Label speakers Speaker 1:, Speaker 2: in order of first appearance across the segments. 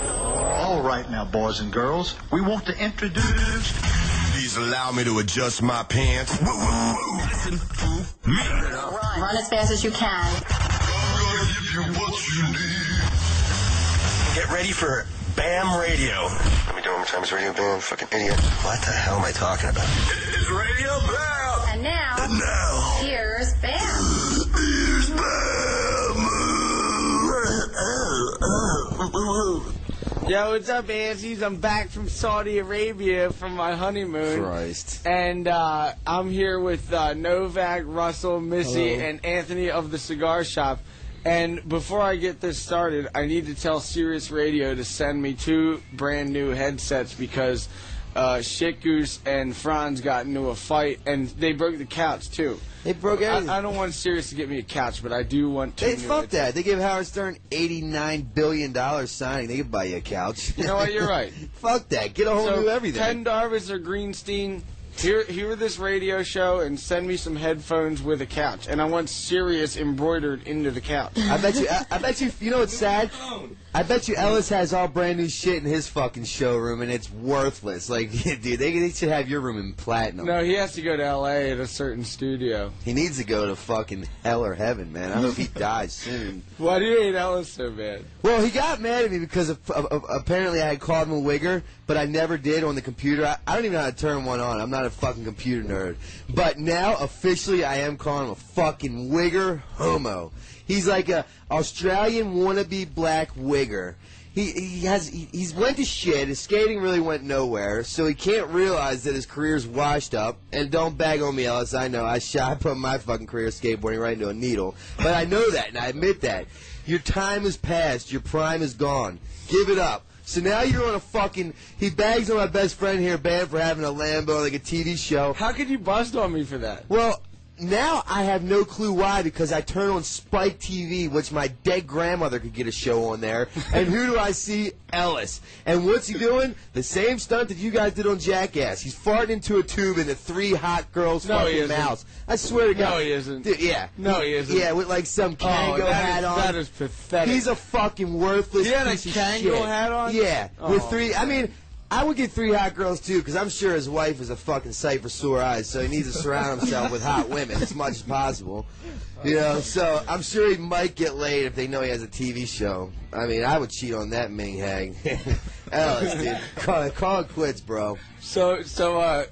Speaker 1: All right now, boys and girls, we want to introduce.
Speaker 2: Please allow me to adjust my pants. Woo, woo, woo. Listen to me.
Speaker 3: Run. Run as fast as you can.
Speaker 2: I'll give you what you need.
Speaker 4: Get ready for BAM Radio.
Speaker 5: Let me do it one more time. It's Radio Bam. Fucking idiot.
Speaker 4: What the hell am I talking about?
Speaker 2: It's Radio Bam.
Speaker 3: And now,
Speaker 2: Now,
Speaker 3: here's Bam.
Speaker 2: here's Bam.
Speaker 6: Yo, what's up, AFCs? I'm back from Saudi Arabia from my honeymoon.
Speaker 7: Christ.
Speaker 6: And uh, I'm here with uh, Novak, Russell, Missy,
Speaker 7: Hello.
Speaker 6: and Anthony of the Cigar Shop. And before I get this started, I need to tell Sirius Radio to send me two brand new headsets because uh, Shit Goose and Franz got into a fight and they broke the couch too.
Speaker 7: They broke everything.
Speaker 6: I, I don't want Sirius to get me a couch, but I do want two.
Speaker 7: They
Speaker 6: new
Speaker 7: fucked that. They gave Howard Stern $89 billion signing. They could buy you a couch.
Speaker 6: You know what? You're right.
Speaker 7: Fuck that. Get a whole
Speaker 6: So,
Speaker 7: new everything.
Speaker 6: Ken Darvis or Greenstein, hear hear this radio show and send me some headphones with a couch. And I want Sirius embroidered into the couch.
Speaker 7: I bet you. I, I bet you. You know what's sad? I bet you Ellis has all brand new shit in his fucking showroom, and it's worthless. Like, dude, they, they should have your room in platinum.
Speaker 6: No, he has to go to L.A. at a certain studio.
Speaker 7: He needs to go to fucking hell or heaven, man. I hope he dies soon.
Speaker 6: Why do you hate Ellis so bad?
Speaker 7: Well, he got mad at me because of, of, of- apparently I had called him a wigger, but I never did on the computer. I, I don't even know how to turn one on. I'm not a fucking computer nerd. But now, officially, I am calling him a fucking wigger homo. He's like a Australian wannabe black wigger. He, he has he, he's went to shit. His skating really went nowhere, so he can't realize that his career's washed up. And don't bag on me, Ellis. I know I shot I put my fucking career skateboarding right into a needle, but I know that and I admit that. Your time is past. Your prime is gone. Give it up. So now you're on a fucking. He bags on my best friend here, bad for having a Lambo like a TV show.
Speaker 6: How could you bust on me for that?
Speaker 7: Well, now I have no clue why because I turn on Spike TV, which my dead grandmother could get a show on there. And who do I see? Ellis. And what's he doing? The same stunt that you guys did on Jackass. He's farting into a tube in the three hot girls'
Speaker 6: No, he
Speaker 7: fucking
Speaker 6: isn't.
Speaker 7: mouths. I swear to
Speaker 6: No,
Speaker 7: God.
Speaker 6: he isn't.
Speaker 7: Dude, yeah.
Speaker 6: No, he isn't.
Speaker 7: Yeah, with like some
Speaker 6: Oh,
Speaker 7: Kango
Speaker 6: that
Speaker 7: hat
Speaker 6: is-
Speaker 7: on.
Speaker 6: that is pathetic.
Speaker 7: He's a fucking worthless
Speaker 6: He had a
Speaker 7: piece of
Speaker 6: Kango
Speaker 7: shit.
Speaker 6: hat on?
Speaker 7: Yeah,
Speaker 6: Oh.
Speaker 7: with three. I mean, I would get three hot girls too, because I'm sure his wife is a fucking sight for sore eyes. So he needs to surround himself with hot women as much as possible. You know, so I'm sure he might get laid if they know he has a TV show. I mean, I would cheat on that Ming Hag. Ellis, dude, call, call it quits, bro.
Speaker 6: So so uh.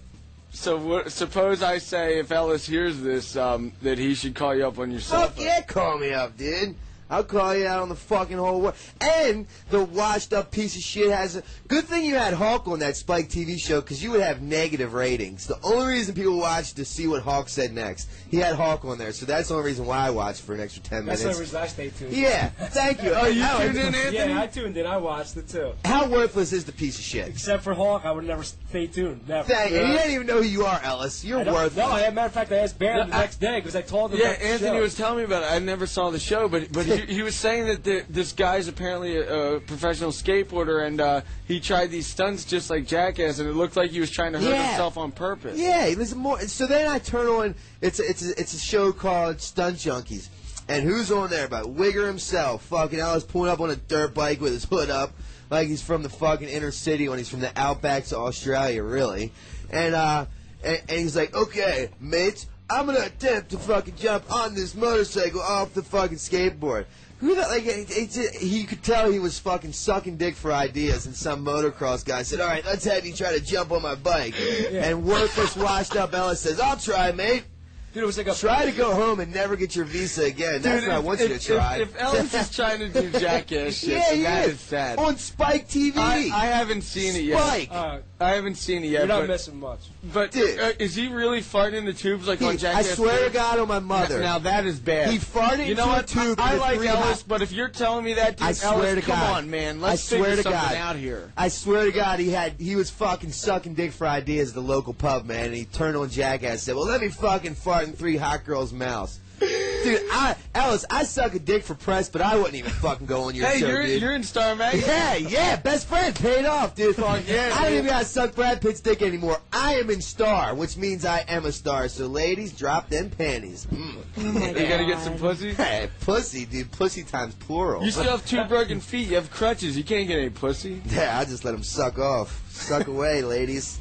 Speaker 6: So what, suppose I say if Ellis hears this, um, that he should call you up on your cell
Speaker 7: Fuck
Speaker 6: phone.
Speaker 7: yeah, call me up, dude. I'll call you out on the fucking whole world. And the washed up piece of shit has a good thing you had Hawk on that Spike TV show because you would have negative ratings. The only reason people watched to see what Hawk said next. He had Hawk on there, so that's the only reason why I watched for an extra ten
Speaker 8: That's
Speaker 7: minutes.
Speaker 8: Lover's last day too.
Speaker 7: yeah, thank you. oh, you
Speaker 6: tuned in, Anthony?
Speaker 8: Yeah, I tuned in. I watched it too.
Speaker 7: How worthless is the piece of shit?
Speaker 8: Except for Hawk, I would never stay tuned. Never.
Speaker 7: Thank you.
Speaker 8: Yeah.
Speaker 7: And you don't even know who you are, Ellis. You're
Speaker 8: I don't-
Speaker 7: worthless.
Speaker 8: No, as a matter of fact, I asked Baron the
Speaker 6: I-
Speaker 8: next day because I told him.
Speaker 6: Yeah,
Speaker 8: about the
Speaker 6: Anthony
Speaker 8: show.
Speaker 6: was telling me about it. I never saw the show, but but he, he was saying that the, this guy's apparently a, a professional skateboarder, and uh, he tried these stunts just like Jackass, and it looked like he was trying to hurt
Speaker 7: Yeah.
Speaker 6: himself on purpose.
Speaker 7: Yeah, it was more. So then I turn on. It's a, it's a, it's a show called Stunt Junkies, and who's on there? But Wigger himself, fucking Alice, pulling up on a dirt bike with his hood up, like he's from the fucking inner city when he's from the outbacks of Australia, really. And uh, and, and he's like, okay, mates, I'm gonna attempt to fucking jump on this motorcycle off the fucking skateboard. Who the, like it, it's he could tell he was fucking sucking dick for ideas, and some motocross guy said, "All right, let's have you try to jump on my bike." And worthless, washed up Ellis says, "I'll try, mate.
Speaker 8: Dude, it was like a.
Speaker 7: Try to go home and never get your visa again.
Speaker 6: Dude,
Speaker 7: That's what I
Speaker 6: if-
Speaker 7: want you to
Speaker 6: if-
Speaker 7: try."
Speaker 6: If, if Ellis is trying to do Jackass shit,
Speaker 7: yeah,
Speaker 6: then
Speaker 7: he
Speaker 6: that
Speaker 7: is.
Speaker 6: is sad.
Speaker 7: on Spike TV.
Speaker 6: I, I haven't seen it yet.
Speaker 7: Spike.
Speaker 8: Uh,
Speaker 6: I haven't seen it yet.
Speaker 8: you're not
Speaker 6: but,
Speaker 8: missing much.
Speaker 6: but
Speaker 7: Dude.
Speaker 6: uh, is he really farting in the tubes like on
Speaker 7: Dude, I
Speaker 6: Jackass?
Speaker 7: swear to
Speaker 6: did?
Speaker 7: God on my mother.
Speaker 6: Now that is bad.
Speaker 7: He farted
Speaker 6: You know
Speaker 7: into a
Speaker 6: what?
Speaker 7: tube
Speaker 6: I, I
Speaker 7: with
Speaker 6: like
Speaker 7: three
Speaker 6: Ellis,
Speaker 7: hot-
Speaker 6: but if you're telling me that, dude,
Speaker 7: I swear
Speaker 6: Ellis,
Speaker 7: to
Speaker 6: come
Speaker 7: God.
Speaker 6: on, man.
Speaker 7: I
Speaker 6: Let's
Speaker 7: swear
Speaker 6: figure
Speaker 7: to
Speaker 6: something
Speaker 7: God.
Speaker 6: out here.
Speaker 7: I swear to God, he had he was fucking sucking dick for ideas at the local pub, man. And he turned on Jackass and said, "Well, let me fucking fart in three hot girls' mouths." Dude, dude, I, Alice, I suck a dick for press, but I wouldn't even fucking go on your
Speaker 6: Hey,
Speaker 7: show,
Speaker 6: you're,
Speaker 7: dude.
Speaker 6: you're in Star Magazine.
Speaker 7: yeah, yeah, best friend paid off, dude.
Speaker 6: yeah,
Speaker 7: I don't
Speaker 6: dude.
Speaker 7: even gotta suck Brad Pitt's dick anymore. I am in star, which means I am a star. So ladies, drop them panties. Mm.
Speaker 6: You gotta get some pussy.
Speaker 7: Hey, pussy, dude. Pussy times plural.
Speaker 6: You still have two broken feet. You have crutches. You can't get any pussy.
Speaker 7: Yeah, I just let them suck off. Suck away, ladies.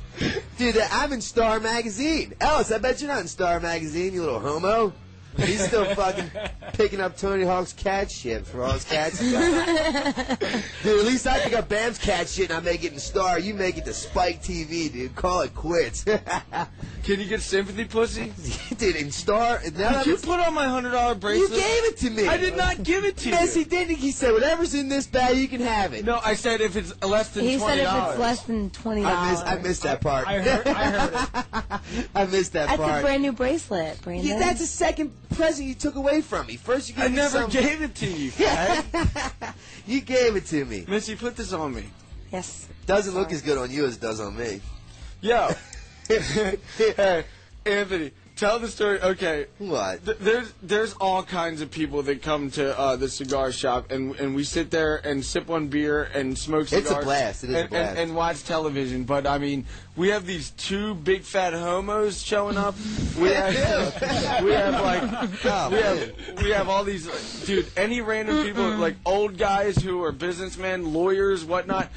Speaker 7: Dude, I'm in Star Magazine. Ellis, I bet you're not in Star Magazine, you little homo. He's still fucking picking up Tony Hawk's cat shit for all his cats. Dude, at least I pick up Bam's cat shit and I make it in Star. You make it to Spike TV, dude. Call it quits.
Speaker 6: Can you get sympathy pussy?
Speaker 7: dude, in Star, now that
Speaker 6: Did you
Speaker 7: it's-
Speaker 6: put on my hundred dollar
Speaker 7: you
Speaker 6: bracelet?
Speaker 7: gave it to me.
Speaker 6: I did not give it to
Speaker 7: Yes, he
Speaker 6: you.
Speaker 7: did. He said, whatever's in this bag, you can have it.
Speaker 6: No, I said if it's less than
Speaker 9: He said
Speaker 6: twenty
Speaker 9: if it's
Speaker 6: dollars.
Speaker 9: less than twenty
Speaker 7: I
Speaker 9: dollars,
Speaker 7: missed, I missed that part.
Speaker 8: I heard, I heard it.
Speaker 7: I missed that
Speaker 9: that's
Speaker 7: part.
Speaker 9: a brand new bracelet, Brandon.
Speaker 7: Yeah, that's the second present you took away from me. First, you gave
Speaker 6: I
Speaker 7: me
Speaker 6: never
Speaker 7: some-
Speaker 6: gave it to you.
Speaker 7: You gave it to me.
Speaker 6: Missy, put this on me.
Speaker 9: yes.
Speaker 7: Doesn't look as good on you as it does on me.
Speaker 6: Yo, hey, Anthony, tell the story. Okay,
Speaker 7: What?
Speaker 6: Th- there's there's all kinds of people that come to uh, the cigar shop, and and we sit there and sip one beer and smoke
Speaker 7: It's a
Speaker 6: cigars.
Speaker 7: blast. It is a
Speaker 6: and,
Speaker 7: blast.
Speaker 6: And, and watch television. But I mean, we have these two big fat homos showing up. We have, we have like
Speaker 7: Oh,
Speaker 6: we have we have all these like, dude. Any random people like old guys who are businessmen, lawyers, whatnot.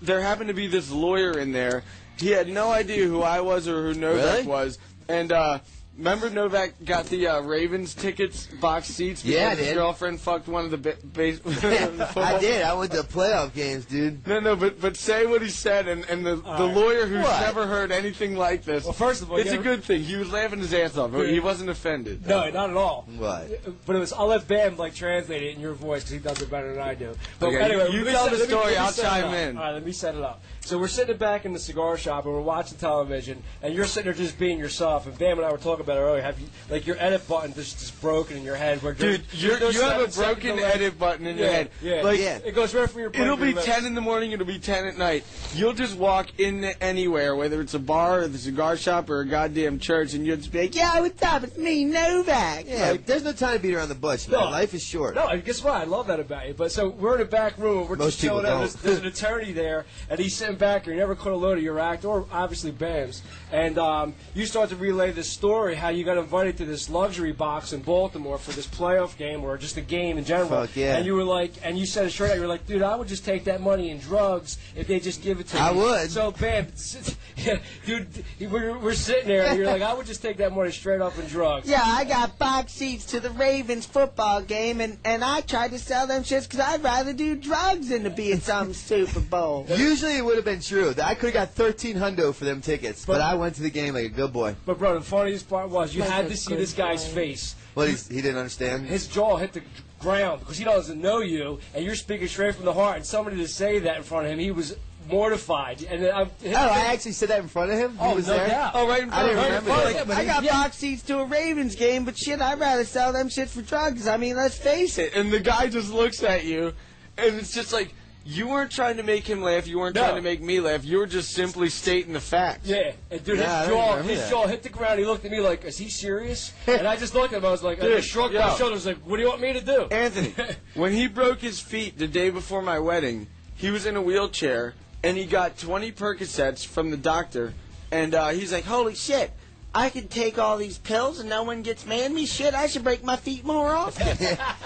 Speaker 6: There happened to be this lawyer in there. He had no idea who I was or who Novak
Speaker 7: Really?
Speaker 6: was, and. uh Remember Novak got the uh, Ravens tickets, box seats. because
Speaker 7: Yeah, I
Speaker 6: his
Speaker 7: did.
Speaker 6: girlfriend fucked one of the ba- base.
Speaker 7: I did. I went to playoff games, dude.
Speaker 6: No, no, but but say what he said, and, and the, the
Speaker 8: right.
Speaker 6: lawyer who's
Speaker 7: What?
Speaker 6: never heard anything like this.
Speaker 8: Well, first of all,
Speaker 6: it's
Speaker 8: you
Speaker 6: a
Speaker 8: ever-
Speaker 6: good thing. He was laughing his ass off. He wasn't offended.
Speaker 8: No, not at all.
Speaker 7: What?
Speaker 8: But it was. I'll let Bam like translate it in your voice because he does it better than I do. But
Speaker 6: Okay,
Speaker 8: anyway,
Speaker 6: you
Speaker 8: let me
Speaker 6: tell
Speaker 8: set-
Speaker 6: the
Speaker 8: let me-
Speaker 6: story,
Speaker 8: let me
Speaker 6: I'll
Speaker 8: set it
Speaker 6: chime
Speaker 8: up.
Speaker 6: in.
Speaker 8: All right, let me set it up. So we're sitting back in the cigar shop and we're watching television, and you're sitting there just being yourself. And Bam and I were talking about it earlier. Have you like your edit button just just broken in your head? Where
Speaker 6: Dude,
Speaker 8: you're,
Speaker 6: you're, you have a broken edit button in
Speaker 8: Yeah,
Speaker 6: your head.
Speaker 8: yeah,
Speaker 6: like
Speaker 7: yeah.
Speaker 8: It goes right from your.
Speaker 6: it'll be
Speaker 8: ten.
Speaker 6: ten in the morning. It'll be ten at night. You'll just walk in anywhere, whether it's a bar or the cigar shop or a goddamn church, and you'll just be like, "Yeah, what's up? It's me, Novak."
Speaker 7: Yeah, there's no time to beat around the bush, man.
Speaker 8: No.
Speaker 7: Life is short.
Speaker 8: No, and guess what? I love that about you. But so we're in a back room. and We're
Speaker 7: Most
Speaker 8: just chilling
Speaker 7: people don't.
Speaker 8: out. There's, there's an attorney there, and he's sitting back here. He never caught a load of your act, or obviously Bam's. And um, you start to relay this story how you got invited to this luxury box in Baltimore for this playoff game, or just a game in general.
Speaker 7: Fuck yeah.
Speaker 8: And you were like, and you said it straight out. You were like, dude, I would just take that money in drugs if they just give it to me.
Speaker 7: I would.
Speaker 8: So Bam, s- yeah, dude, we're, we're sitting there, and you're like, I would just take that money straight up in drugs.
Speaker 10: Yeah, I got box seats to the Ravens football game, and, and I tried to sell them shits because I'd rather do drugs than to be in some Super Bowl.
Speaker 7: Usually it would have been true. I could have got 13 hundo for them tickets, but,
Speaker 8: But-
Speaker 7: I went to the game like a good boy.
Speaker 8: But bro, the funniest part was you
Speaker 9: Like
Speaker 8: had
Speaker 9: a
Speaker 8: to see
Speaker 9: good
Speaker 8: this guy's
Speaker 9: boy.
Speaker 8: face.
Speaker 7: But he's, he didn't understand.
Speaker 8: His jaw hit the ground because he doesn't know you, and you're speaking straight from the heart. And somebody to say that in front of him, he was mortified. And uh, then I'm, his,
Speaker 7: oh, I actually said that in front of him. He
Speaker 8: Oh,
Speaker 7: was
Speaker 8: no
Speaker 7: there.
Speaker 8: doubt.
Speaker 6: Oh, right in
Speaker 7: I
Speaker 6: front of
Speaker 7: didn't
Speaker 6: her.
Speaker 7: remember
Speaker 6: Like,
Speaker 7: that.
Speaker 10: I got box seats to a Ravens game, but shit, I'd rather sell them shits for drugs. I mean, let's face it.
Speaker 6: it, and the guy just looks at you, and it's just like you weren't trying to make him laugh. You weren't
Speaker 8: No.
Speaker 6: trying to make me laugh. You were just simply stating the facts.
Speaker 8: yeah, and dude,
Speaker 7: Yeah, I
Speaker 8: his
Speaker 7: don't
Speaker 8: jaw,
Speaker 7: remember
Speaker 8: his
Speaker 7: that.
Speaker 8: jaw hit the ground. He looked at me like, "Is he serious?" and I just looked at him. I was like, I
Speaker 6: Dude,
Speaker 8: just shrugged
Speaker 6: yeah.
Speaker 8: my shoulders, like, "What do you want me to do?"
Speaker 6: Anthony, when he broke his feet the day before my wedding, he was in a wheelchair and he got 20 Percocets from the doctor, and uh, he's like, "Holy shit!"
Speaker 10: I could take all these pills and no one gets mad at me. Shit, I should break my feet more often.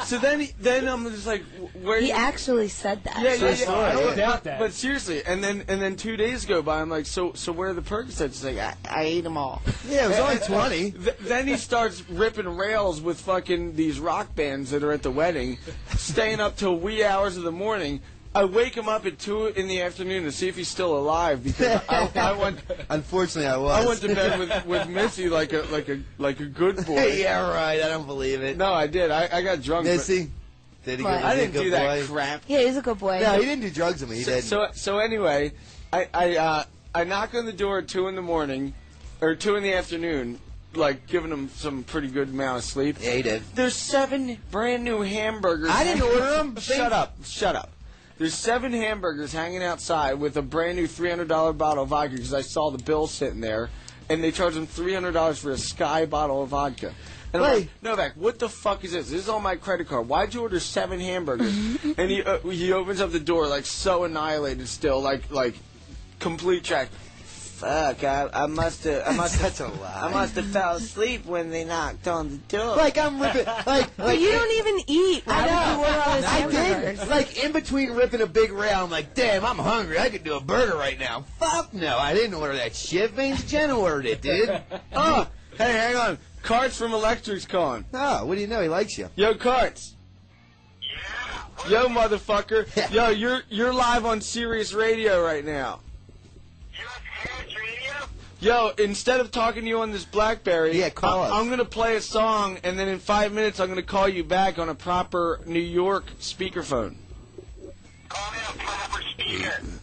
Speaker 6: So then, he, then I'm just like, "Wh- "Where?"
Speaker 9: He
Speaker 6: you-
Speaker 9: actually said that.
Speaker 6: yeah, yeah, yeah.
Speaker 8: I don't
Speaker 6: but-
Speaker 8: doubt that.
Speaker 6: But seriously, and then and then two days go by. I'm like, so so where are the Percocets? He's like, I,
Speaker 10: I ate them all.
Speaker 7: Yeah, it was only 20.
Speaker 6: Th- then he starts ripping rails with fucking these rock bands that are at the wedding, staying up till wee hours of the morning. I wake him up at two in the afternoon to see if he's still alive because I, I went
Speaker 7: Unfortunately, I was.
Speaker 6: I went to bed with, with Missy like a like a like a good boy.
Speaker 7: yeah, right. I don't believe it.
Speaker 6: No, I did. I, I got drunk. but
Speaker 7: Missy, did he give
Speaker 9: But-
Speaker 7: me
Speaker 6: I
Speaker 7: a
Speaker 6: didn't
Speaker 7: good
Speaker 6: do that
Speaker 7: boy?
Speaker 6: crap.
Speaker 9: Yeah, he's a good boy.
Speaker 7: No, he didn't do drugs with me. He
Speaker 6: So
Speaker 7: didn't.
Speaker 6: so, so anyway, I I uh, I knock on the door at two in the morning, or two in the afternoon, like giving him some pretty good amount of sleep.
Speaker 7: yeah, he did.
Speaker 6: There's seven brand new hamburgers.
Speaker 7: I didn't order 'em.
Speaker 6: Shut up. Shut up. There's seven hamburgers hanging outside with a brand new $300 bottle of vodka because I saw the bill sitting there, and they charged him $300 for a sky bottle of vodka. And I'm like,
Speaker 7: Right.
Speaker 6: Novak, what the fuck is this? This is on my credit card. Why'd you order seven hamburgers? and he uh, he opens up the door like so annihilated, still like like complete trash.
Speaker 10: Fuck, I, I must have, I must have,
Speaker 7: That's a lie.
Speaker 10: I must have fell asleep when they knocked on the door.
Speaker 7: Like I'm ripping, like, like
Speaker 9: But you don't even eat. Why
Speaker 7: I
Speaker 9: would you
Speaker 7: know.
Speaker 9: order all this
Speaker 7: I
Speaker 9: hamburgers?
Speaker 7: did. Like in between ripping a big rail, I'm like, damn, I'm hungry. I could do a burger right now. Fuck no, I didn't order that shit. Vince Jen ordered it, dude.
Speaker 6: Oh, hey, hang on. Carts from Electric's calling.
Speaker 7: Oh, what do you know? He likes you.
Speaker 6: Yo, Carts. Yo, motherfucker. Yo, you're you're live on Sirius Radio right now. Yo, instead of talking to you on this BlackBerry,
Speaker 7: Yeah, call
Speaker 6: I-
Speaker 7: us.
Speaker 6: I'm gonna play a song, and then in five minutes, I'm gonna call you back on a proper New York speakerphone.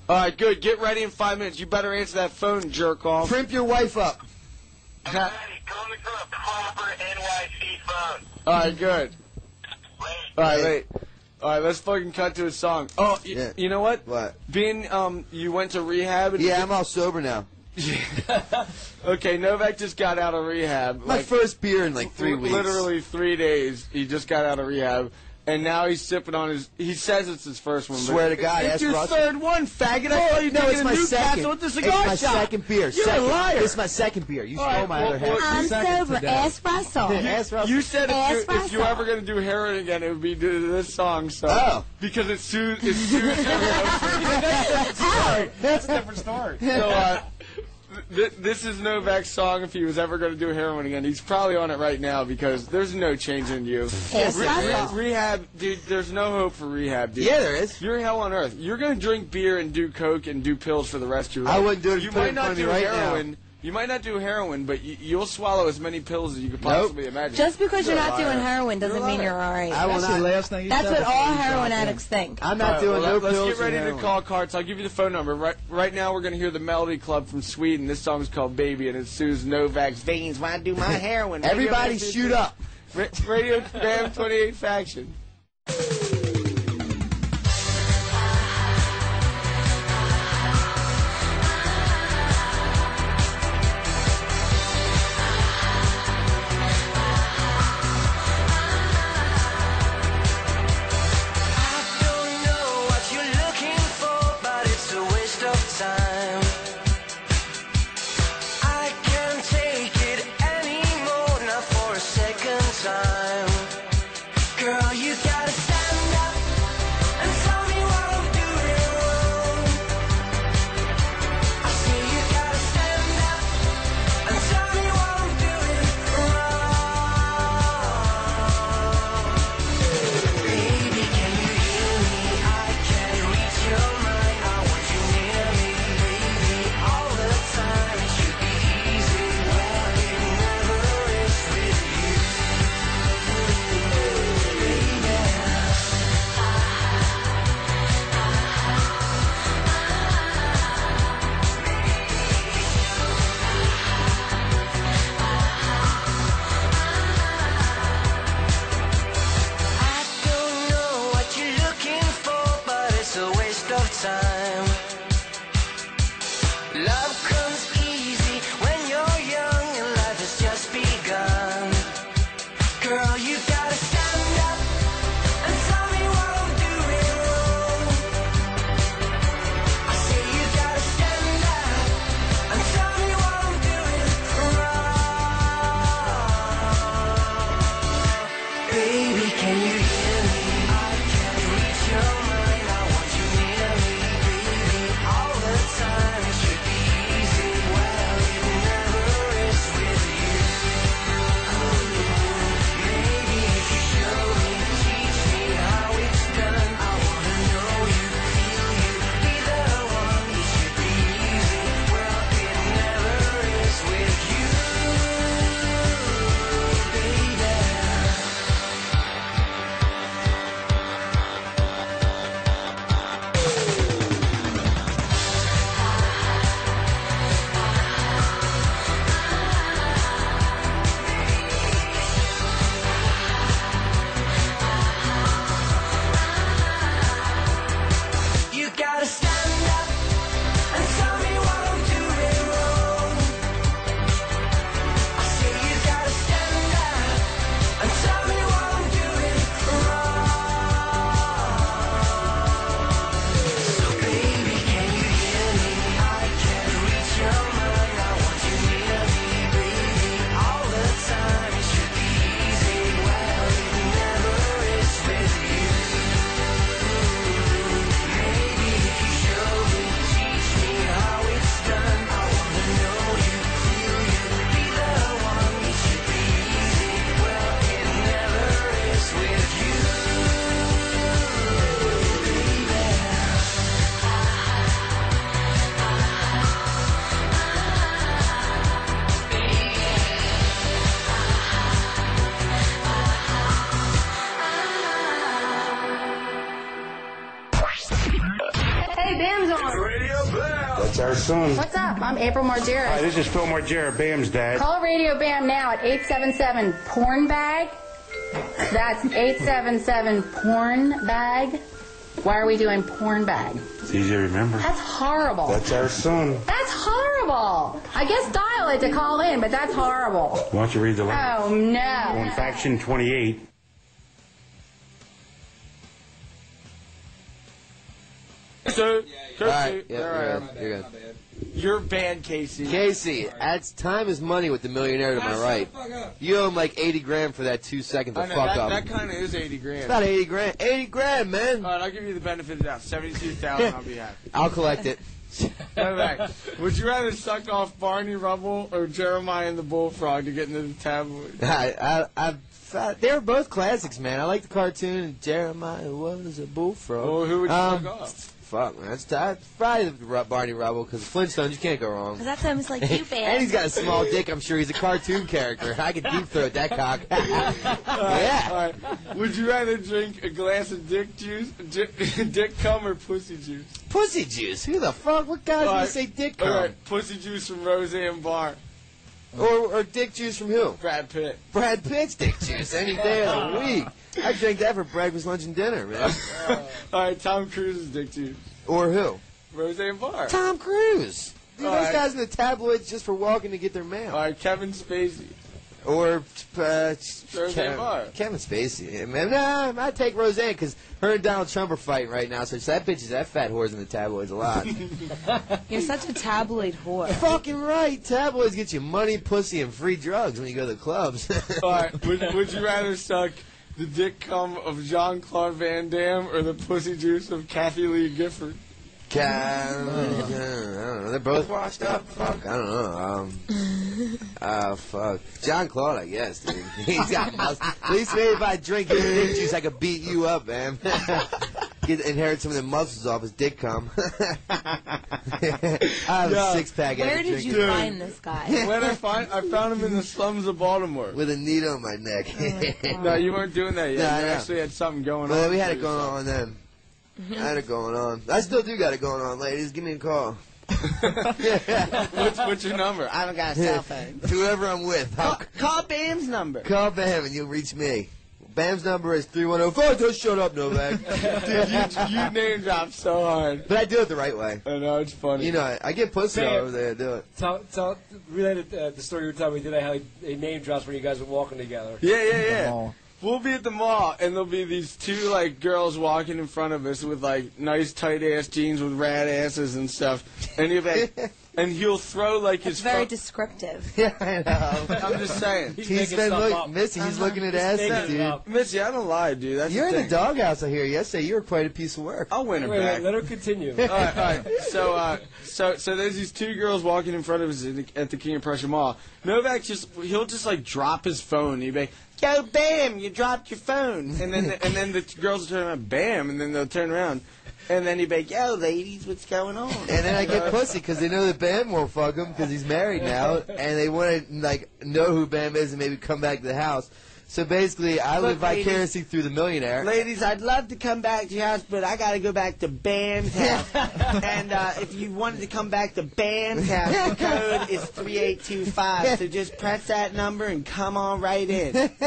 Speaker 6: All right, good. Get ready in five minutes. You better answer that phone, jerk off.
Speaker 7: Primp your wife up.
Speaker 6: All right, good. All right, wait. All right, let's fucking cut to a song. Oh, y-
Speaker 7: Yeah.
Speaker 6: you know what?
Speaker 7: What?
Speaker 6: Being um, you went to rehab. And
Speaker 7: Yeah, I'm all sober now.
Speaker 6: Okay, Novak just got out of rehab.
Speaker 7: My
Speaker 6: like,
Speaker 7: first beer in like three
Speaker 6: li-
Speaker 7: weeks.
Speaker 6: Literally three days. He just got out of rehab, and now he's sipping on his. He says it's his first one. but
Speaker 7: Swear to God,
Speaker 6: it's
Speaker 7: ask
Speaker 6: your
Speaker 7: Russell.
Speaker 6: third one, faggot. I saw you
Speaker 7: no,
Speaker 6: drinking
Speaker 7: it's
Speaker 6: in
Speaker 7: my
Speaker 6: Newcastle
Speaker 7: second.
Speaker 6: at the
Speaker 7: it's
Speaker 6: cigar
Speaker 7: my
Speaker 6: shop.
Speaker 7: second beer.
Speaker 6: You're
Speaker 7: second.
Speaker 6: a liar.
Speaker 7: It's my second beer. You
Speaker 6: All
Speaker 7: stole
Speaker 6: right,
Speaker 7: my
Speaker 6: well,
Speaker 7: other
Speaker 6: well,
Speaker 7: half.
Speaker 9: I'm
Speaker 8: Second
Speaker 9: sober.
Speaker 8: today.
Speaker 9: Ask Russell.
Speaker 7: Ask Russell.
Speaker 6: You said if,
Speaker 9: Ask
Speaker 6: you, if you were
Speaker 9: Russell.
Speaker 6: ever going to do heroin again, it would be to this song. So
Speaker 7: Oh.
Speaker 6: because it soothes, it soothes everyone.
Speaker 8: That's a different story.
Speaker 6: so uh, th- this is Novak's song. If he was ever going to do heroin again, he's probably on it right now because there's no change in you.
Speaker 9: Ask
Speaker 6: Re- re-
Speaker 9: Russell.
Speaker 6: rehab, dude. There's no hope for rehab, dude.
Speaker 7: Yeah, there is.
Speaker 6: You're hell on earth. You're gonna drink beer and do coke and do pills for the rest of your life.
Speaker 7: I wouldn't do it if
Speaker 6: You
Speaker 7: you put it
Speaker 6: might
Speaker 7: in
Speaker 6: not
Speaker 7: front of me
Speaker 6: do
Speaker 7: right now.
Speaker 6: heroin. You might not do heroin, but you, you'll swallow as many pills as you could possibly imagine.
Speaker 9: Just because you're
Speaker 6: You're a
Speaker 9: not doing
Speaker 6: liar.
Speaker 9: heroin doesn't
Speaker 6: You're a
Speaker 9: mean
Speaker 6: liar.
Speaker 9: you're all
Speaker 7: I
Speaker 9: right.
Speaker 7: will not.
Speaker 9: That's what all heroin addicts think.
Speaker 7: I'm
Speaker 6: All
Speaker 7: not
Speaker 6: right, well,
Speaker 7: doing no
Speaker 6: let- let's
Speaker 7: pills
Speaker 6: get ready
Speaker 7: or
Speaker 6: to
Speaker 7: heroin.
Speaker 6: call carts. I'll give you the phone number. Right, right now, we're going to hear the Melody Club from Sweden. This song's called Baby, and it sues Novak's veins. Why do my heroin?
Speaker 7: Everybody shoot up.
Speaker 6: Ra- Radio Bam 28 Faction.
Speaker 11: Girl, you gotta stand up and tell me what I'm doing wrong. I say you gotta stand up and tell me what I'm doing wrong. Baby, can you hear me? I can't reach your mind. I want you near me, baby, all the time. It should be easy, well it never is with you. I don't know what you're looking for, but it's a waste of time. Love comes easy when you're young and life has just begun. Girl, you gotta stand up and tell me what I'm doing wrong. I say you gotta stand up and tell me what I'm doing wrong. Baby, can you hear me? I can't reach your mind. I want you near me, baby.
Speaker 3: Hey, Bam's on.
Speaker 12: That's our son.
Speaker 3: What's up? I'm April
Speaker 12: Hi,
Speaker 3: Margera.
Speaker 12: this is Phil Margera, Bam's dad.
Speaker 3: Call Radio Bam now at 877 Porn Bag. That's 877 Porn Bag. Why are we doing Porn Bag?
Speaker 12: It's easy to remember.
Speaker 3: That's horrible.
Speaker 12: That's our son.
Speaker 3: That's horrible. I guess dial it to call in, but that's horrible.
Speaker 12: Why don't you read the letter?
Speaker 3: Oh no.
Speaker 12: On faction 28.
Speaker 6: So,
Speaker 7: All right,
Speaker 6: Kirsty,
Speaker 7: yeah,
Speaker 6: there I
Speaker 7: you're
Speaker 6: am.
Speaker 7: good, you're good.
Speaker 6: You're banned, Casey.
Speaker 7: Casey, that's time is money with the millionaire to my right. You owe him like 80 grand for that two seconds
Speaker 6: I
Speaker 7: of
Speaker 6: know,
Speaker 7: fuck
Speaker 6: that,
Speaker 7: up.
Speaker 6: that Uh, kind of is 80 grand.
Speaker 7: It's about 80 grand. 80 grand, man.
Speaker 6: All right, I'll give you the benefit of the doubt. 72000 I'll be happy.
Speaker 7: I'll collect it.
Speaker 6: Matter of fact, Would you rather suck off Barney Rubble or Jeremiah and the Bullfrog to get into the tabloid?
Speaker 7: I, I, I, I, they were both classics, man. I like the cartoon and Jeremiah was a bullfrog.
Speaker 6: Well, who would you
Speaker 7: Um,
Speaker 6: suck off?
Speaker 7: Fuck, man. That's, that's probably the Ru- Barney Rubble because Flintstones, you can't go wrong.
Speaker 9: Because that's why I was like, you
Speaker 7: And
Speaker 9: banned.
Speaker 7: he's got a small dick. I'm sure he's a cartoon character. I could deep throat that cock. yeah.
Speaker 6: All right. Would you rather drink a glass of dick juice, di- dick cum, or pussy juice?
Speaker 7: Pussy juice. Who the fuck? What guy's
Speaker 6: All
Speaker 7: gonna
Speaker 6: right.
Speaker 7: say dick
Speaker 6: All
Speaker 7: cum?
Speaker 6: right, pussy juice from Roseanne Barr,
Speaker 7: Or, or dick juice from who?
Speaker 6: Brad Pitt.
Speaker 7: Brad Pitt's dick juice any day of the week. I drink that for breakfast, lunch, and dinner, man. Oh.
Speaker 6: All right, Tom Cruise's dick juice,
Speaker 7: Or who?
Speaker 6: Roseanne Barr.
Speaker 7: Tom Cruise. Dude,
Speaker 6: All
Speaker 7: those
Speaker 6: right.
Speaker 7: guys in the tabloids just for walking to get their mail.
Speaker 6: All right, Kevin Spacey.
Speaker 7: Or uh, Kevin,
Speaker 6: Barr.
Speaker 7: Kevin Spacey. Yeah, man, nah, I take Roseanne because her and Donald Trump are fighting right now. So that bitch is that fat whore's in the tabloids a lot.
Speaker 9: You're such a tabloid whore.
Speaker 7: Fucking right. Tabloids get you money, pussy, and free drugs when you go to the clubs.
Speaker 6: All right, would, would you rather suck the dick cum of Jean Claude Van Damme or the pussy juice of Kathy Lee Gifford?
Speaker 7: Cam- I
Speaker 9: Oh.
Speaker 7: don't know. They're both washed up. Fuck, I don't know. Um, uh, fuck. John Claude, I guess, dude. He's got muscle. At least maybe if I drink his dick juice, I could beat you up, man. Get inherit some of the muscles off his dick cum. I have
Speaker 6: Yeah.
Speaker 7: a six pack.
Speaker 9: Where did you
Speaker 6: Dude.
Speaker 9: find this guy?
Speaker 6: When I find, I found him in the slums of Baltimore.
Speaker 7: With a needle on my neck.
Speaker 9: Oh,
Speaker 6: No, you weren't doing that yet.
Speaker 7: No, I
Speaker 6: you
Speaker 7: know.
Speaker 6: actually had something going
Speaker 7: Well,
Speaker 6: on.
Speaker 7: we had
Speaker 6: for
Speaker 7: it going on then. I had it going on. I still do got it going on, ladies. Give me a call.
Speaker 6: yourself. what's, what's your number?
Speaker 10: I don't got a cell phone.
Speaker 7: Whoever I'm with. I'll
Speaker 10: Call, call Bam's number.
Speaker 7: Call Bam and you'll reach me. Bam's number is 3105. Don't shut up, Novak.
Speaker 6: Dude, you, you name drop so hard.
Speaker 7: but I do it the right way.
Speaker 6: I know, it's funny.
Speaker 7: You know, I, I get pussy
Speaker 8: Bam.
Speaker 7: all over there. I do it.
Speaker 8: Tell, tell, related uh, the story you were telling me today, how he, he name drops when you guys were walking together.
Speaker 6: yeah, yeah, yeah. We'll be at the mall, and there'll be these two, like, girls walking in front of us with, like, nice tight-ass jeans with rad asses and stuff. And he'll, be like, and he'll throw, like, his
Speaker 9: It's very
Speaker 6: phone-
Speaker 9: descriptive.
Speaker 7: Yeah, I know.
Speaker 6: I'm just saying.
Speaker 8: He's,
Speaker 7: He's
Speaker 8: making
Speaker 7: been
Speaker 8: stuff
Speaker 7: look,
Speaker 8: up.
Speaker 7: Missy, he's looking at
Speaker 8: making
Speaker 7: asses,
Speaker 8: it
Speaker 7: dude.
Speaker 8: up.
Speaker 6: Missy, I don't lie, dude. That's
Speaker 7: You're in the
Speaker 6: thing.
Speaker 7: doghouse, I hear. Yesterday, you were quite a piece of work.
Speaker 6: I'll win her
Speaker 8: Wait,
Speaker 6: back.
Speaker 8: wait, let her continue.
Speaker 6: all right, all right. So, uh, so, so there's these two girls walking in front of us at the, at the King of Prussia Mall. Novak just he'll just like drop his phone. He'll be like, "Yo, bam! You dropped your phone." And then and then the t- girls will turn around, bam, and then they'll turn around, and then he'll be like, "Yo, ladies, what's going on?"
Speaker 7: And then I get pussy because they know that Bam won't fuck him because he's married now, and they want to like know who Bam is and maybe come back to the house. So basically, I live
Speaker 10: Look, ladies.
Speaker 7: vicariously through the millionaire.
Speaker 10: Ladies, I'd love to come back to your house, but I gotta go back to Bam's house. and uh, if you wanted to come back to Bam's house, the code is 3825. So just press that number and come on right in.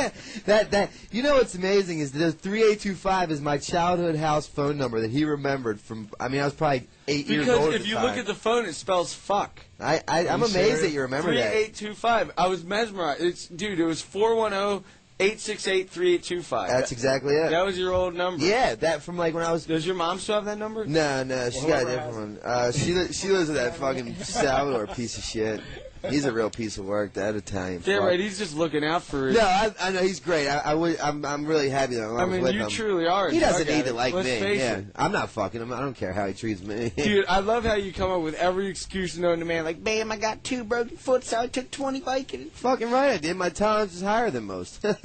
Speaker 7: that that you know what's amazing is the three eight two five is my childhood house phone number that he remembered from. I mean, I was probably eight years old.
Speaker 6: because if you look at the phone, it spells fuck.
Speaker 7: I, I I'm amazed
Speaker 6: serious?
Speaker 7: that you remember
Speaker 6: Three
Speaker 7: that.
Speaker 6: eight two five. I was mesmerized. It's dude. It was four one zero eight six eight three eight two five.
Speaker 7: That's exactly it.
Speaker 6: That was your old number.
Speaker 7: yeah, that from like when I was.
Speaker 6: Does your mom still have that number?
Speaker 7: No, no, she got a different one. Uh, she li- she lives with that fucking Salvador piece of shit. He's a real piece of work. That Italian.
Speaker 6: Damn
Speaker 7: fuck.
Speaker 6: right. He's just looking out for.
Speaker 7: No, I, I know he's great. I, I would, I'm I'm really happy that I'm
Speaker 6: I mean,
Speaker 7: with
Speaker 6: you
Speaker 7: him.
Speaker 6: truly are. a
Speaker 7: he
Speaker 6: drug
Speaker 7: doesn't need
Speaker 6: addict.
Speaker 7: to like
Speaker 6: Let's
Speaker 7: me.
Speaker 6: face
Speaker 7: Yeah,
Speaker 6: it.
Speaker 7: I'm not fucking him. I don't care how he treats me.
Speaker 6: Dude, I love how you come up with every excuse known to man. Like,
Speaker 10: Bam, I got two broken foot, so I took 20 Vicodin.
Speaker 7: Fucking right, I did. My tolerance is higher than most.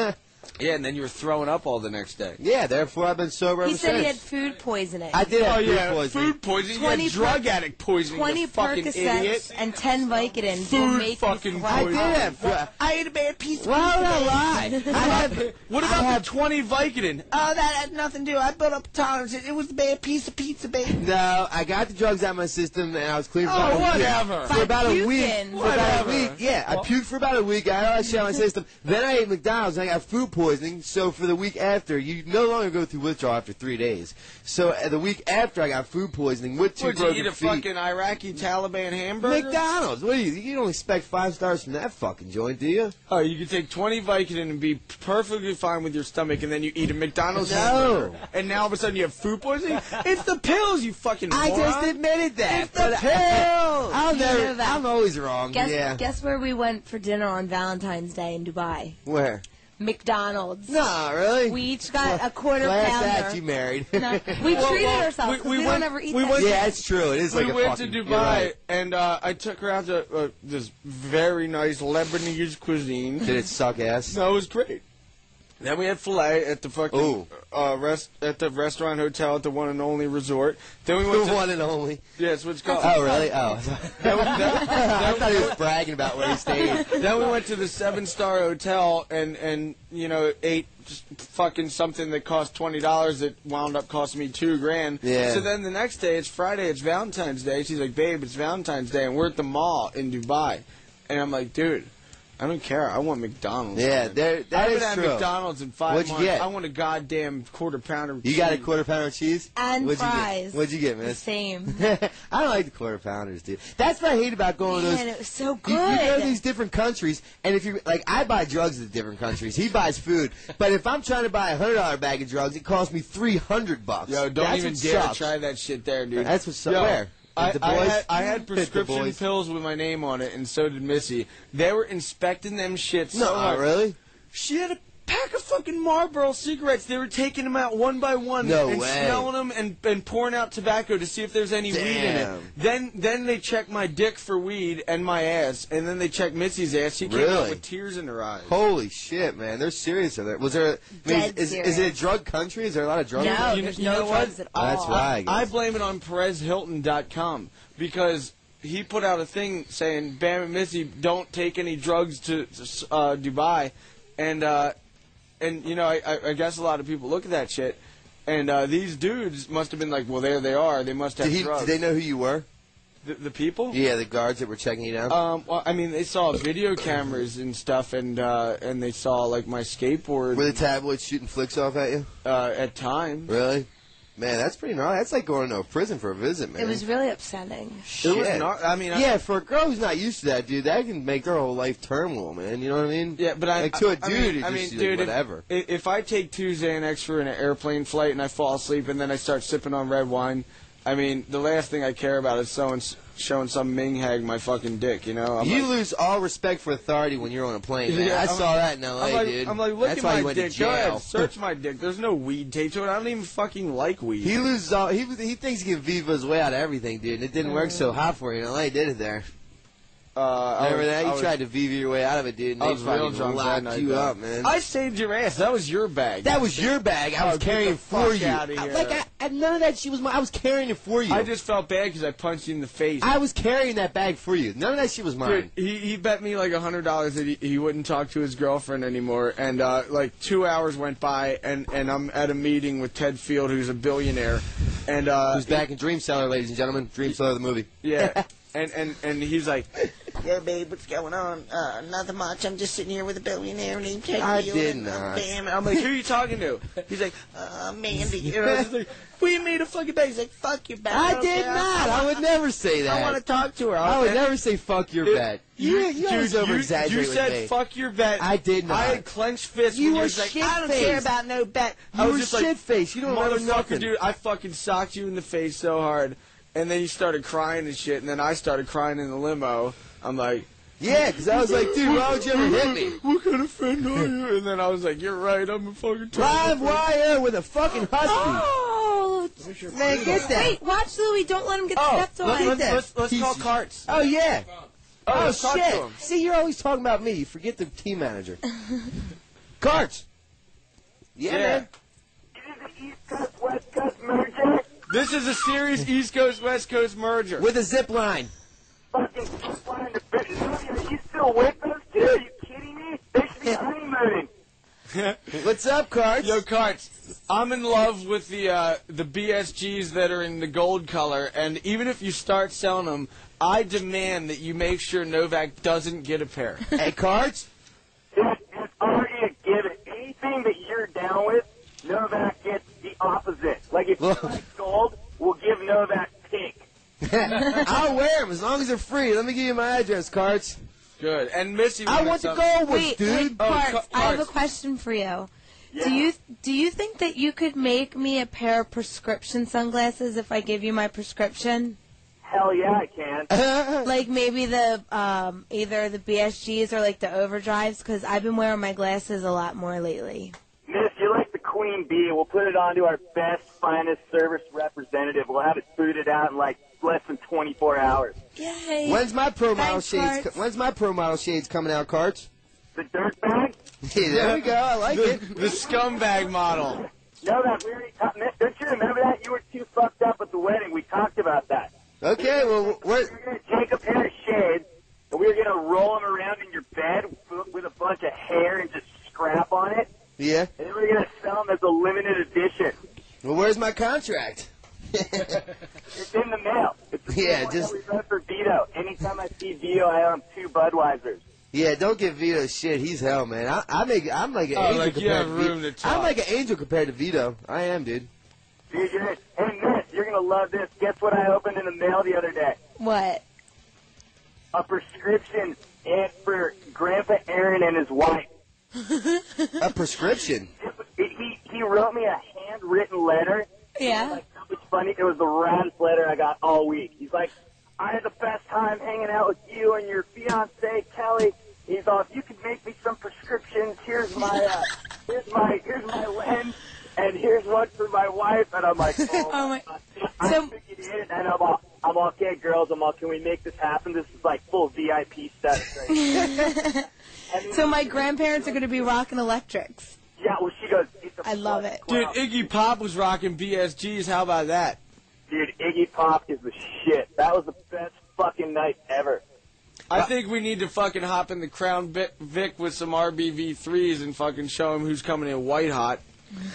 Speaker 6: Yeah, and then you were throwing up all the next day.
Speaker 7: Yeah, therefore I've been sober
Speaker 9: He
Speaker 7: ever
Speaker 9: said he had
Speaker 7: since.
Speaker 9: food poisoning.
Speaker 7: I did have
Speaker 6: oh,
Speaker 7: food
Speaker 6: yeah,
Speaker 7: poisoning.
Speaker 6: food poisoning. You
Speaker 9: 20
Speaker 6: had drug
Speaker 9: per-
Speaker 6: addict poisoning. you
Speaker 9: 20
Speaker 6: fucking idiot.
Speaker 9: Percocets and 10 Vicodin will
Speaker 6: Food
Speaker 9: make
Speaker 6: fucking
Speaker 9: you throw up.
Speaker 6: poisoning.
Speaker 10: I ate a bad piece of
Speaker 7: Why would I
Speaker 10: today.
Speaker 7: lie? I had-
Speaker 6: What about the 20 Vicodin?
Speaker 10: Oh, that had nothing to do. I built up a tolerance. It it was a bad piece of pizza, baby.
Speaker 7: No, I got the drugs out of my system and I was clean for
Speaker 10: Oh,
Speaker 7: about a week.
Speaker 6: whatever.
Speaker 7: For about a
Speaker 9: By
Speaker 7: week.
Speaker 9: puking.
Speaker 7: For about a
Speaker 6: Whatever.
Speaker 7: week. Yeah, I puked for about a week. I had all that shit out of my system. Then I ate McDonald's and I got food poisoning. So for the week after, you no longer go through withdrawal after three days. So uh, the week after, I got food poisoning with two
Speaker 6: Would you
Speaker 7: broken
Speaker 6: eat a
Speaker 7: feet.
Speaker 6: fucking Iraqi Taliban hamburger?
Speaker 7: McDonald's. What do you? You don't expect five stars from that fucking joint, do you?
Speaker 6: Oh, you can take 20 Vicodin and be perfectly fine with your stomach, and then you eat a McDonald's
Speaker 7: No.
Speaker 6: hamburger, and now all of a sudden you have food poisoning? it's the pills, you fucking
Speaker 7: I
Speaker 6: moron.
Speaker 7: just admitted that.
Speaker 6: It's the
Speaker 7: but I-
Speaker 6: pills.
Speaker 7: I'll
Speaker 9: You
Speaker 7: never.
Speaker 9: know that.
Speaker 7: I'm always wrong.
Speaker 9: Guess,
Speaker 7: yeah.
Speaker 9: guess where we went for dinner on Valentine's Day in Dubai?
Speaker 7: Where?
Speaker 9: McDonald's.
Speaker 7: Nah, really.
Speaker 9: We each got a quarter
Speaker 7: Last
Speaker 9: pounder.
Speaker 7: act you married.
Speaker 9: No, we
Speaker 6: Well,
Speaker 9: treated
Speaker 6: well,
Speaker 9: ourselves.
Speaker 6: we-
Speaker 9: 'cause We,
Speaker 6: we
Speaker 9: don't
Speaker 6: went-
Speaker 9: ever eat
Speaker 6: we
Speaker 9: that.
Speaker 6: went-
Speaker 9: shit.
Speaker 7: Yeah, it's true. It is
Speaker 6: we
Speaker 7: like a
Speaker 6: went
Speaker 7: fucking.
Speaker 6: to
Speaker 7: you're
Speaker 6: Dubai,
Speaker 7: right.
Speaker 6: and uh, I took her out to uh, this very nice Lebanese cuisine.
Speaker 7: Did it suck ass?
Speaker 6: No, it was great. Then we had filet at the fucking
Speaker 7: Ooh.
Speaker 6: uh, rest at the restaurant hotel at the one and only resort. Then we went
Speaker 7: The
Speaker 6: to
Speaker 7: one and only.
Speaker 6: yes, what's called.
Speaker 7: Oh, really? Oh.
Speaker 6: Then we- then-
Speaker 7: I thought he was bragging about where he stayed.
Speaker 6: then we went to the seven star hotel and and you know ate just fucking something that cost twenty dollars that wound up costing me two grand.
Speaker 7: Yeah.
Speaker 6: So then the next day it's Friday, it's Valentine's Day. She's like, babe, it's Valentine's Day, and we're at the mall in Dubai, and I'm like, dude. I don't care. I want McDonald's.
Speaker 7: Yeah,
Speaker 6: man.
Speaker 7: there- that
Speaker 6: I haven't
Speaker 7: is
Speaker 6: had
Speaker 7: true.
Speaker 6: McDonald's in 5
Speaker 7: What'd you
Speaker 6: months.
Speaker 7: get?
Speaker 6: I want a goddamn quarter pounder.
Speaker 7: You got a
Speaker 6: cheese.
Speaker 7: quarter pounder of cheese?
Speaker 9: And
Speaker 7: What'd You
Speaker 9: fries.
Speaker 7: get? What'd you get,
Speaker 9: The
Speaker 7: miss?
Speaker 9: same.
Speaker 7: I don't like the quarter pounders, dude. That's what I hate about going to
Speaker 9: Man,
Speaker 7: those.
Speaker 9: it was so
Speaker 7: You,
Speaker 9: good.
Speaker 7: you go to these different countries, and if you like, I buy drugs at different countries. He buys food, but if I'm trying to buy a hundred dollar bag of drugs, it costs me three hundred bucks.
Speaker 6: Yo, don't
Speaker 7: That's
Speaker 6: even
Speaker 7: what
Speaker 6: dare
Speaker 7: sucks.
Speaker 6: try that shit there, dude.
Speaker 7: That's what's
Speaker 6: Yo,
Speaker 7: where?
Speaker 6: I,
Speaker 7: At the
Speaker 6: I
Speaker 7: boys?
Speaker 6: had, I had
Speaker 7: At the
Speaker 6: prescription
Speaker 7: boys.
Speaker 6: pills with my name on it, and so did Missy. They were inspecting them shit so
Speaker 7: No,
Speaker 6: hard.
Speaker 7: really?
Speaker 6: She had a pack of fucking Marlboro cigarettes. They were taking them out one by one
Speaker 7: No
Speaker 6: and
Speaker 7: way.
Speaker 6: smelling them and, and pouring out tobacco to see if there's any weed in it.
Speaker 7: Damn.
Speaker 6: Then then they checked my dick for weed and my ass, and then they checked Missy's ass. She came out
Speaker 7: Really?
Speaker 6: with tears in her eyes.
Speaker 7: Holy shit, man! They're serious over there. Was there? I mean,
Speaker 9: Dead
Speaker 7: is, is, is it a drug country? Is there a lot of drugs?
Speaker 9: no,
Speaker 7: there?
Speaker 6: You
Speaker 9: there's
Speaker 6: know- you
Speaker 9: no
Speaker 6: know what?
Speaker 9: drugs at all.
Speaker 7: That's why. I guess.
Speaker 6: I blame it on PerezHilton.com because he put out a thing saying Bam and Missy don't take any drugs to uh, Dubai, and uh, and you know I- I, I guess a lot of people look at that shit, and uh, these dudes must have been like, well there they are, they must have
Speaker 7: Did, he,
Speaker 6: drugs.
Speaker 7: did they know who you were?
Speaker 6: the, the people.
Speaker 7: Yeah, the guards that were checking you down.
Speaker 6: Um, well, I mean, they saw video cameras and stuff, and uh, and they saw like my skateboard
Speaker 7: were the tabloids shooting flicks off at you?
Speaker 6: uh, at times.
Speaker 7: Really? Man, that's pretty gnarly. That's like going to a prison for a visit, man.
Speaker 9: It was really upsetting.
Speaker 6: It was
Speaker 7: Shit.
Speaker 6: not. I mean, I-
Speaker 7: yeah, for a girl who's not used to that, dude, that can make her whole life turmoil, man. You know what I mean?
Speaker 6: Yeah, but I
Speaker 7: like to
Speaker 6: I-
Speaker 7: a dude,
Speaker 6: I mean,
Speaker 7: it's
Speaker 6: I
Speaker 7: just
Speaker 6: mean,
Speaker 7: like,
Speaker 6: dude, if-
Speaker 7: whatever.
Speaker 6: i- If, I take two Xanax for an airplane flight and I fall asleep and then I start sipping on red wine, I mean, the last thing I care about is someone s- showing some Ming hag my fucking dick. You know, I'm
Speaker 7: you
Speaker 6: like,
Speaker 7: lose all respect for authority when you're on a plane, man.
Speaker 6: Yeah,
Speaker 7: I
Speaker 6: I'm-
Speaker 7: saw that in L.A.,
Speaker 6: I'm like,
Speaker 7: dude.
Speaker 6: I'm like, look
Speaker 7: That's why
Speaker 6: at
Speaker 7: he
Speaker 6: my
Speaker 7: went
Speaker 6: dick.
Speaker 7: to
Speaker 6: Go
Speaker 7: jail.
Speaker 6: ahead, search my dick. There's no weed taped to it. I don't even fucking like weed.
Speaker 7: He loses all. He was- he thinks he can viva his way out of everything, dude. And it didn't work so hot for you in L.A., did it? There.
Speaker 6: uh, I
Speaker 7: Remember
Speaker 6: was-
Speaker 7: that?
Speaker 6: I
Speaker 7: You
Speaker 6: was-
Speaker 7: tried to viva your way out of it, dude. And
Speaker 6: I
Speaker 7: they
Speaker 6: was real
Speaker 7: fucking
Speaker 6: drunk that
Speaker 7: locked
Speaker 6: night.
Speaker 7: you
Speaker 6: though.
Speaker 7: up, man.
Speaker 6: I saved your ass. That was your bag.
Speaker 7: That was your bag. I was
Speaker 6: Oh, get
Speaker 7: carrying
Speaker 6: the
Speaker 7: for
Speaker 6: fuck
Speaker 7: you.
Speaker 6: outta
Speaker 7: I-
Speaker 6: here.
Speaker 7: Like I, I, none of that shit was mine. I was carrying it for you.
Speaker 6: I just felt bad because I punched you in the face.
Speaker 7: I was carrying that bag for you. None of that shit was mine.
Speaker 6: Dude, he, he bet me like a hundred dollars that he, he wouldn't talk to his girlfriend anymore, and uh, like two hours went by, and, and I'm at a meeting with Ted Field, who's a billionaire, and uh,
Speaker 7: Who's back in Dream Cellar, ladies and gentlemen? Dream Cellar, the movie.
Speaker 6: yeah, and, and and he's like,
Speaker 10: Yo, babe, what's going on? Uh, nothing much. I'm just sitting here with a billionaire named Ted
Speaker 7: I
Speaker 10: Field
Speaker 7: did
Speaker 10: and,
Speaker 7: not.
Speaker 10: Uh, Bam,
Speaker 6: I'm
Speaker 10: I'm
Speaker 6: like, who are you talking to? He's like,
Speaker 10: uh, Mandy. And I was like, we made a fucking bag. He's like, fuck your bag.
Speaker 7: I
Speaker 10: don't
Speaker 7: did
Speaker 10: care.
Speaker 7: not. I would never say that.
Speaker 10: I want to talk to her.
Speaker 7: I would
Speaker 10: And-
Speaker 7: never say fuck your bet. You, you
Speaker 6: dude,
Speaker 7: always over exaggerate
Speaker 6: you, you
Speaker 7: with
Speaker 6: said
Speaker 7: me.
Speaker 6: fuck your bet.
Speaker 7: I did not.
Speaker 6: I had clenched fists.
Speaker 7: You
Speaker 6: when
Speaker 7: were
Speaker 6: was like,
Speaker 7: shit
Speaker 10: I don't care
Speaker 7: faced.
Speaker 10: about no bet.
Speaker 7: You
Speaker 6: I was
Speaker 7: were
Speaker 6: just like,
Speaker 7: shit faced. You don't remember
Speaker 6: motherfucker,
Speaker 7: nothing.
Speaker 6: dude. I fucking socked you in the face so hard, and then you started crying and shit, and then I started crying in the limo. I'm like.
Speaker 7: Yeah, because I was like, dude, why would you ever hit me?
Speaker 6: What kind of friend are you? And then I was like, you're right, I'm a fucking
Speaker 7: Live wire with a fucking husky.
Speaker 9: Oh,
Speaker 7: Man, get that.
Speaker 9: wait, watch Louie. Don't let him get
Speaker 7: Oh,
Speaker 9: stepped on.
Speaker 7: look at that.
Speaker 6: Let's, let's
Speaker 7: He's-
Speaker 6: call carts.
Speaker 7: Oh, yeah. Oh,
Speaker 6: let's talk to
Speaker 7: shit.
Speaker 6: him.
Speaker 7: See, you're always talking about me. You forget the team manager. Carts. Yeah, man.
Speaker 6: This is a serious East Coast West Coast merger
Speaker 7: with a zip line. What's up, Carts?
Speaker 6: Yo, Carts, I'm in love with the uh, the BSGs that are in the gold color, and even if you start selling them, I demand that you make sure Novak doesn't get a pair.
Speaker 7: hey, Carts?
Speaker 11: already a given. Anything that you're down with, Novak gets the opposite. Like if you like gold, we'll give Novak pink.
Speaker 7: I'll wear them as long as they're free. Let me give you my address, Carts.
Speaker 6: Good. And Missy,
Speaker 7: I
Speaker 6: wanted
Speaker 7: want the
Speaker 6: something.
Speaker 7: gold ones,
Speaker 9: Wait,
Speaker 7: dude. Oh,
Speaker 9: wait,
Speaker 11: Oh,
Speaker 9: Bart, I have a question for you. Do you do you think that you could make me a pair of prescription sunglasses if I give you my prescription?
Speaker 11: Hell yeah, I can.
Speaker 9: like maybe the um, either the BSGs or like the overdrives because I've been wearing my glasses a lot more lately.
Speaker 11: Miss, you're like the queen bee. We'll put it on to our best, finest service representative. We'll have it booted out in like less than 24 hours.
Speaker 9: Yay!
Speaker 7: When's my pro model
Speaker 11: Thanks,
Speaker 7: shades?
Speaker 11: Carts.
Speaker 7: When's my pro model shades coming out, Carts?
Speaker 11: The dirt bag?
Speaker 7: Yeah, there we go. I like
Speaker 6: the,
Speaker 7: it.
Speaker 6: The scumbag model.
Speaker 11: Novak, we already talked. Miss, don't you remember that? You were too fucked up at the wedding. We talked about that.
Speaker 7: Okay, well, what?
Speaker 11: Take a pair of shades, and we were going to roll them around in your bed with a bunch of hair and just scrap on it.
Speaker 7: Yeah.
Speaker 11: And then we we're going to sell them as a limited edition.
Speaker 7: Well, where's my contract?
Speaker 11: It's in the mail. It's the
Speaker 7: Yeah,
Speaker 11: same one
Speaker 7: just-
Speaker 11: that we read for Vito. Anytime I see Vito, I owe him two Budweisers.
Speaker 7: Yeah, don't give Vito shit. He's hell, man. I, I make I'm like an
Speaker 11: Oh,
Speaker 7: angel
Speaker 11: like, you
Speaker 7: compared
Speaker 11: have
Speaker 7: to
Speaker 11: room
Speaker 7: Vito.
Speaker 11: to talk.
Speaker 7: I'm like an angel compared to Vito. I am, dude.
Speaker 11: Dude, you're it. Hey, Miss, you're going to love this. Guess what I opened in the mail the other day?
Speaker 9: What?
Speaker 11: A prescription and for Grandpa Aaron and his wife.
Speaker 7: A prescription.
Speaker 11: He, he, he wrote me a handwritten letter.
Speaker 9: Yeah.
Speaker 11: It's funny. It was the raddest letter I got all week. He's like, I had the best time hanging out with you and your fiance Kelly. He's all, if you could make me some prescriptions, here's my, uh, here's my, here's my lens, and here's one for my wife. And I'm like, oh,
Speaker 9: Oh my!
Speaker 11: I'm freaking in, and I'm all, I'm all, okay, girls, I'm all, can we make this happen? This is like full VIP status. Right?
Speaker 9: so my grandparents are going to be rocking electrics.
Speaker 11: Yeah, well, she goes.
Speaker 9: I love it.
Speaker 6: Dude, Iggy Pop was rocking BSGs. How about that?
Speaker 11: Dude, Iggy Pop is the shit. That was the best fucking night ever.
Speaker 6: I think we need to fucking hop in the Crown Vic, Vic with some RBV3s and fucking show him who's coming in white hot.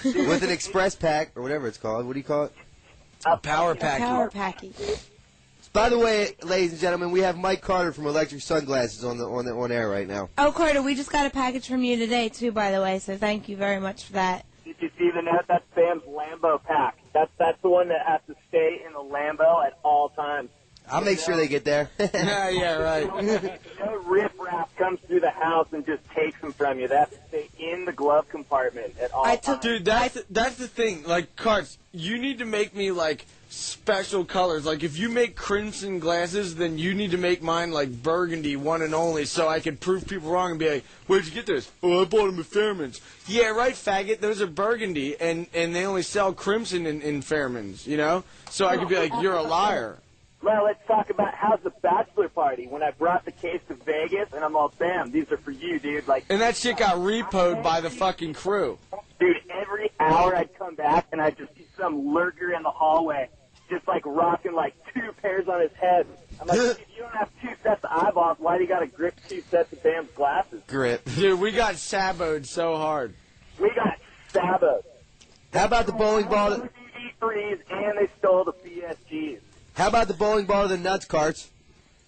Speaker 7: With an express pack or whatever it's called. What do you call it?
Speaker 11: A
Speaker 6: power pack.
Speaker 9: Power packy.
Speaker 7: By the way, ladies and gentlemen, we have Mike Carter from Electric Sunglasses on the on the on air right now.
Speaker 9: Oh, Carter, we just got a package from you today too, by the way. So thank you very much for that.
Speaker 11: Did you see the net? That's Sam's Lambo pack. That's that's the one that has to stay in the Lambo at all times.
Speaker 7: I'll make sure they get there.
Speaker 6: yeah, yeah,
Speaker 11: right. no riffraff comes through the house and just takes them from you. They have to stay in the glove compartment at all times.
Speaker 6: dude. That's the, that's the thing. Like carts, you need to make me like special colors. Like if you make crimson glasses, then you need to make mine like burgundy, one and only, so I can prove people wrong and be like, "Where'd you get this? Oh, I bought them at Fairman's." Yeah, right, faggot. Those are burgundy, and and they only sell crimson in, in Fairman's. You know, so I could be like, "You're a liar."
Speaker 11: Now let's talk about how's the bachelor party. When I brought the case to Vegas, and I'm all, bam, these are for you, dude. Like,
Speaker 6: And that shit got repoed by the fucking crew.
Speaker 11: dude, every hour I'd come back and I'd just see some lurker in the hallway, just like rocking like two pairs on his head. I'm like, if you don't have two sets of eyeballs, why do you got to grip two sets of damn glasses?
Speaker 7: Grip.
Speaker 6: Dude, we got saboed so hard.
Speaker 11: We got saboed.
Speaker 7: How about the bowling ball? that-
Speaker 11: D3s E and they stole the BSGs.
Speaker 7: How about the bowling ball of the nuts carts?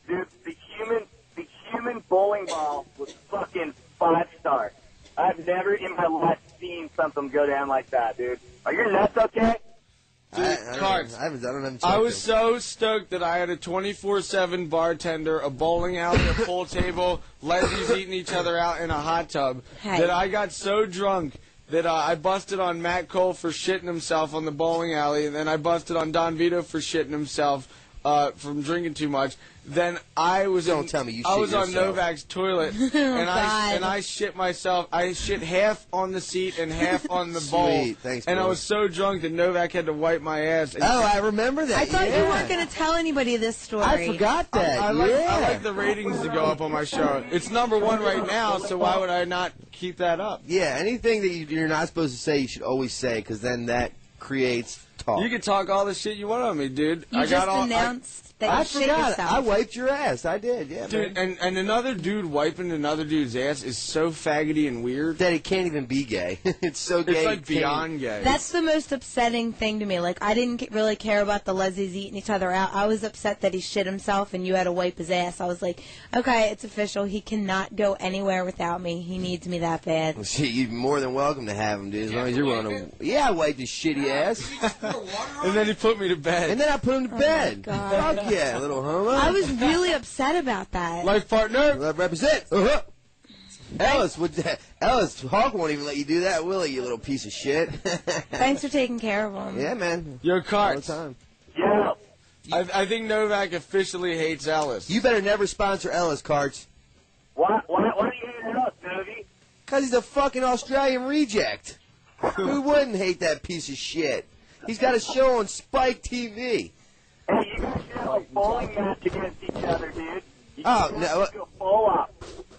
Speaker 11: Dude, the human, the human bowling ball was fucking five star. I've never in my life seen something go down like that, dude. Are your nuts okay?
Speaker 7: Dude, I, I don't
Speaker 6: carts.
Speaker 7: know. I, haven't- I don't have.
Speaker 6: I was so stoked that I had a 24/7 bartender, a bowling alley, a pool table, lesbians eating each other out in a hot tub
Speaker 13: Hey.
Speaker 6: that I got so drunk that uh, I busted on Matt Cole for shitting himself on the bowling alley, and then I busted on Don Vito for shitting himself uh, from drinking too much. Then I was don't tell me
Speaker 7: you
Speaker 6: I
Speaker 7: shit
Speaker 6: was on
Speaker 7: yourself. Oh,
Speaker 6: Novak's toilet and I
Speaker 7: God.
Speaker 6: and I shit myself. I shit half on the seat and half on the bowl.
Speaker 7: Sweet. Thanks,
Speaker 6: and I
Speaker 7: boy.
Speaker 6: was so drunk that Novak had to wipe my ass. And
Speaker 7: Oh, I remember that.
Speaker 9: I thought
Speaker 6: Yeah.
Speaker 9: you weren't going to tell anybody this story.
Speaker 7: I forgot that.
Speaker 6: I, like,
Speaker 7: yeah.
Speaker 6: I like the ratings to go up on my show. It's number one right now, so why would I not keep that up?
Speaker 7: yeah, anything that you, you're not supposed to say, you should always say, because then that creates talk.
Speaker 6: You can talk all the shit you want on me, dude.
Speaker 9: You
Speaker 6: I
Speaker 9: just
Speaker 6: got all,
Speaker 9: announced that
Speaker 7: I
Speaker 9: you shit
Speaker 7: forgot.
Speaker 9: yourself.
Speaker 7: I wiped your ass. I did. Yeah,
Speaker 6: I, dude,
Speaker 7: man.
Speaker 6: and, and another dude wiping another dude's ass is so faggoty and weird
Speaker 7: that it can't even be gay. it's so gay.
Speaker 6: It's
Speaker 7: it
Speaker 6: like
Speaker 7: can't-
Speaker 6: beyond gay.
Speaker 9: That's the most upsetting thing to me. Like, I didn't ca- really care about the lesbians eating each other out. I was upset that he shit himself and you had to wipe his ass. I was like, okay, it's official. He cannot go anywhere without me. He needs me that bad.
Speaker 7: Well, shit, you're more than welcome to have him, dude. As long as you're willing to. Yeah, I wiped his shitty ass.
Speaker 6: and then he put me to bed.
Speaker 7: and then I put him to bed.
Speaker 9: Oh, God.
Speaker 7: Fuck yeah, little homo.
Speaker 9: I was really upset about that.
Speaker 6: Life partner.
Speaker 7: Let represent. Uh-huh. Ellis would. Ellis Hawk won't even let you do that, will he? You little piece of shit.
Speaker 9: Thanks for taking care of him.
Speaker 7: yeah, man.
Speaker 6: Yo,
Speaker 7: All the
Speaker 6: Carts, I,
Speaker 7: time.
Speaker 8: Yeah.
Speaker 6: I think Novak officially hates Alice.
Speaker 7: You better never sponsor Ellis carts,
Speaker 8: Why, why, why do you hate us, Novi?
Speaker 7: cause he's a fucking Australian reject. Who wouldn't hate that piece of shit? He's got a show on Spike TV.
Speaker 8: Hey, you guys should have a bowling match against each other, dude. You
Speaker 7: Oh, no,
Speaker 8: guys should
Speaker 7: what-
Speaker 8: do a bowl up.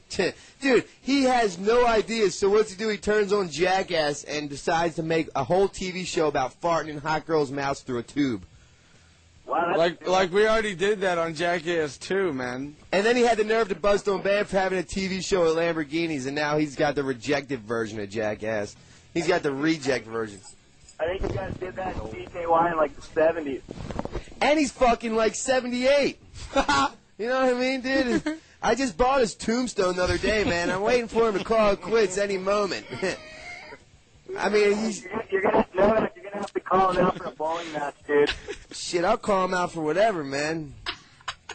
Speaker 7: Dude, he has no ideas. So what's he do? He turns on Jackass and decides to make a whole TV show about farting in hot girls' mouths through a tube.
Speaker 8: Wow, that's
Speaker 6: Like, like we already did that on Jackass 2, man.
Speaker 7: And then he had the nerve to bust on Bam for having a TV show at Lamborghinis, and now he's got the rejected version of Jackass. He's got the reject version.
Speaker 8: I think you guys did that in DKY in like the 70s.
Speaker 7: And he's fucking like 78. you know what I mean, dude? I just bought his tombstone the other day, man. I'm waiting for him to call it quits any moment. I mean, he's,
Speaker 8: You're, you're gonna, Novak, you're gonna have to call it out for a bowling match, dude.
Speaker 7: shit, I'll call him out for whatever, man.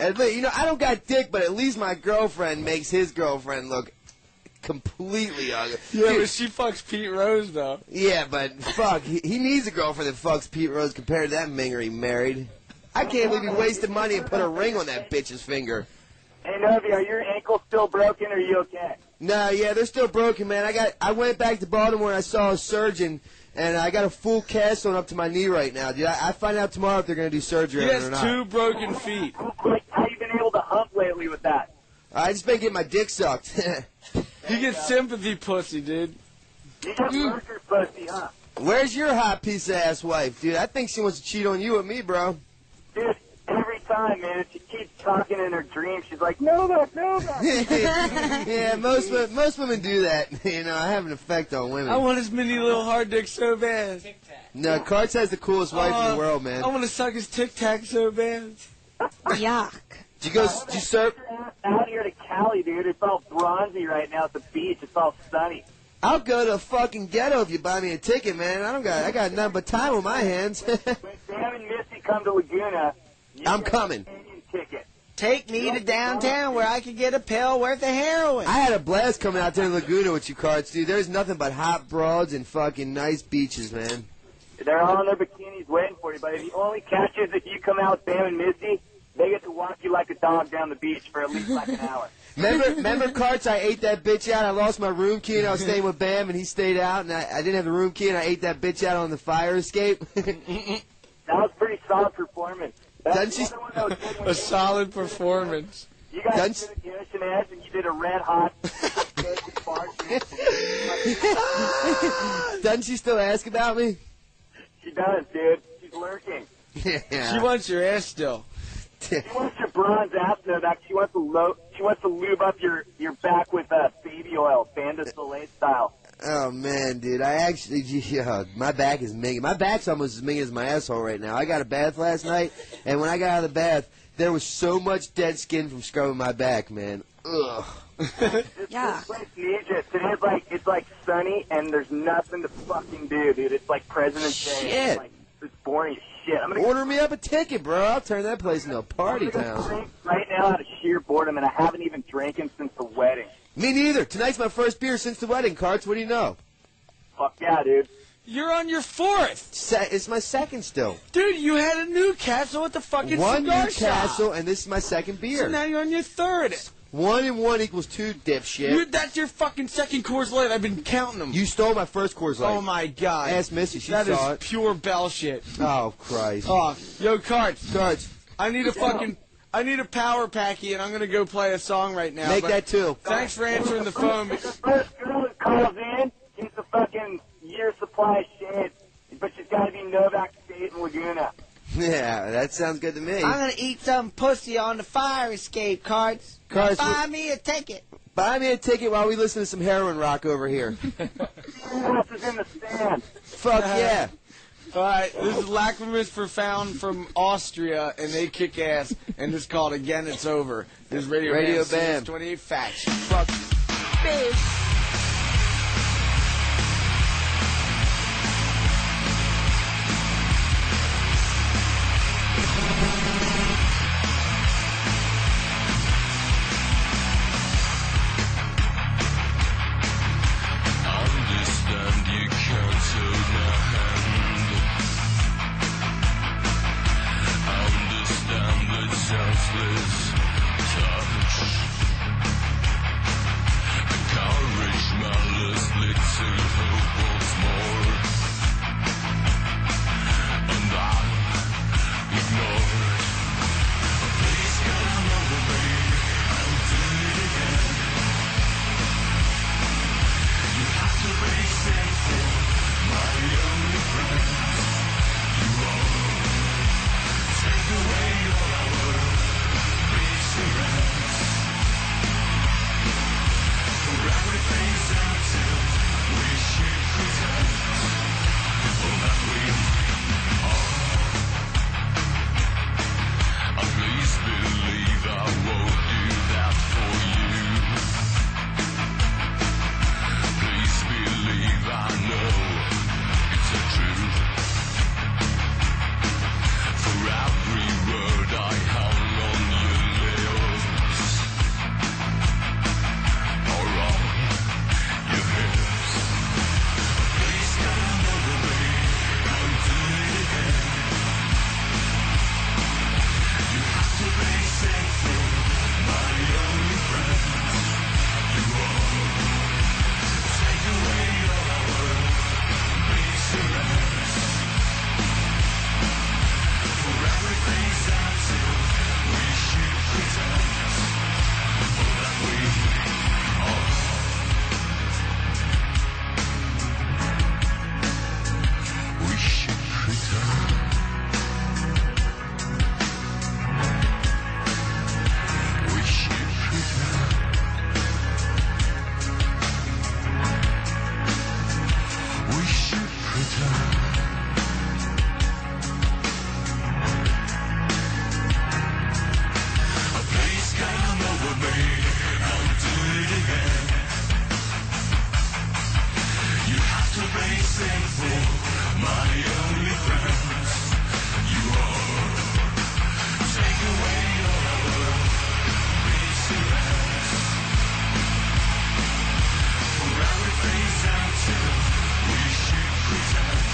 Speaker 7: At least, you know, I don't got dick, but at least my girlfriend makes his girlfriend look completely ugly.
Speaker 6: Yeah,
Speaker 7: Dude,
Speaker 6: but she fucks Pete Rose, though.
Speaker 7: Yeah, but fuck, he, he needs a girlfriend that fucks Pete Rose compared to that minger he married. I can't believe he wasted money and put a ring on that bitch's finger.
Speaker 8: Hey, Novi, are your ankles still broken? Or are you okay?
Speaker 7: No, yeah, they're still broken, man. I got I went back to Baltimore and I saw a surgeon, and I got a full cast on up to my knee right now, dude. I, I find out tomorrow if they're gonna do surgery
Speaker 6: He
Speaker 7: on it
Speaker 6: has
Speaker 7: or not.
Speaker 6: two broken feet.
Speaker 8: Like, how you been able to hump lately with that?
Speaker 7: I just been getting my dick sucked.
Speaker 6: He gets sympathy pussy, dude.
Speaker 8: You got worker pussy, huh?
Speaker 7: Where's your hot piece of ass wife, dude? I think she wants to cheat on you and me, bro.
Speaker 8: Dude, every time, man, she keeps talking in her dreams. She's like, Novak, Novak.
Speaker 7: yeah, most wo- most women do that. You know, I have an effect on women.
Speaker 6: I want his mini little hard dick so bad.
Speaker 7: No, Carts has the coolest wife in the world, man.
Speaker 6: Uh, I want to suck his tic tac so bad.
Speaker 9: Yuck.
Speaker 7: Did you go? Did you surf?
Speaker 8: Out here to Cali, dude. It's all bronzy right now at the beach. It's all sunny.
Speaker 7: I'll go to fucking ghetto if you buy me a ticket, man. I don't got. I got nothing but time on my hands.
Speaker 8: When Sam and Missy come to Laguna, you
Speaker 7: I'm
Speaker 8: get a
Speaker 7: coming.
Speaker 8: companion Ticket.
Speaker 14: Take me to downtown where I could get a pill worth of heroin.
Speaker 7: I had a blast coming out there in Laguna with you, Carts, dude. There's nothing but hot broads and fucking nice beaches, man.
Speaker 8: They're all in their bikinis waiting for you, but the only catch is if you come out, Sam and Missy, they get to walk you like a dog down the beach for at least like an hour.
Speaker 7: Remember, remember, Carts? I ate that bitch out. I lost my room key, and I was staying with Bam, and he stayed out, and I, I didn't have the room key, and I ate that bitch out on the fire escape.
Speaker 8: That was pretty solid performance. That's
Speaker 7: Doesn't she-
Speaker 8: another one that was good when
Speaker 6: A solid performance.
Speaker 8: You guys
Speaker 7: Guns-
Speaker 8: did a Garrison ass and you did a red hot.
Speaker 7: Doesn't she still ask about me?
Speaker 8: she does, dude. She's lurking.
Speaker 6: She
Speaker 7: Yeah.
Speaker 6: wants your ass still.
Speaker 8: She wants your bronze ass though. Doc. She wants to lo- She wants to lube up your your back with uh, baby oil, Banda Soleil style.
Speaker 7: Oh man, dude, I actually, yeah, my back is minging. My back's almost as minging as my asshole right now. I got a bath last night, and when I got out of the bath, there was so much dead skin from scrubbing my back, man. Ugh.
Speaker 8: This,
Speaker 9: Yeah.
Speaker 8: this place needs it. Today's like it's like sunny and there's nothing to fucking do, dude. It's like President's Day.
Speaker 7: Shit.
Speaker 8: It's, like, it's boring as shit. I'm gonna.
Speaker 7: Order me up a ticket, bro. I'll turn that place into a party
Speaker 8: I'm gonna
Speaker 7: town.
Speaker 8: drink right now out of sheer boredom, and I haven't even drinking since the wedding.
Speaker 7: Me neither. Tonight's my first beer since the wedding, Carts. What do you know?
Speaker 8: Fuck yeah, dude.
Speaker 6: You're on your fourth.
Speaker 7: Se- it's my second still.
Speaker 6: Dude, you had a Newcastle at the fucking
Speaker 7: one
Speaker 6: cigar
Speaker 7: Newcastle,
Speaker 6: shop.
Speaker 7: and this is my second beer.
Speaker 6: So now you're on your third.
Speaker 7: One and one equals two, dipshit.
Speaker 6: Dude, that's your fucking second Coors Light. I've been counting them.
Speaker 7: You stole my first Coors Light.
Speaker 6: Oh my god.
Speaker 7: Ask Missy, she
Speaker 6: That
Speaker 7: saw
Speaker 6: is
Speaker 7: it.
Speaker 6: pure bell shit.
Speaker 7: Oh Christ.
Speaker 6: Oh, yo, Karts.
Speaker 7: Karts.
Speaker 6: I need a fucking. I need a power packy, and I'm gonna go play a song right now.
Speaker 7: Make
Speaker 6: but
Speaker 7: that two.
Speaker 6: Thanks for answering the phone. but-
Speaker 15: First girl that calls in, she's a fucking year supply of shit, but she's got to be Novak State and Laguna.
Speaker 7: Yeah, that sounds good to me.
Speaker 10: I'm gonna eat some pussy on the fire escape, cards.
Speaker 7: Cards,
Speaker 10: Buy
Speaker 7: what-
Speaker 10: me a ticket.
Speaker 7: Buy me a ticket while we listen to some heroin rock over here.
Speaker 15: This is in the stand.
Speaker 7: Fuck yeah.
Speaker 6: All right, this is Lacrimus Profound from Austria, and they kick ass. And it's called Again It's Over. This is Radio,
Speaker 7: Radio
Speaker 6: Bam.
Speaker 7: Bam.
Speaker 6: 28 Facts. Fuck.
Speaker 11: Understand you can't hold my hand. Understand the senseless touch. Encourage maliciously to hope once more. And I ignore. Please come over me and do it again. You have to be sensitive, my only friend. You won't take away all our reassurance. For everything's empty, we should pretend that we are. At least believe I won't do that for you. Please believe I know it's the truth. For every word I hung on your lips, or on your hips. Please come over me and do it again. You have to be sensitive, my only friend. You won't take away all our reassurance. For everything's empty, we should pretend that we are. We should pretend. We should pretend. We should pretend. A place come over me and do it again. You have to be sinful, my only friend. You are. Take away your other reassurance. For everything's empty. We should pretend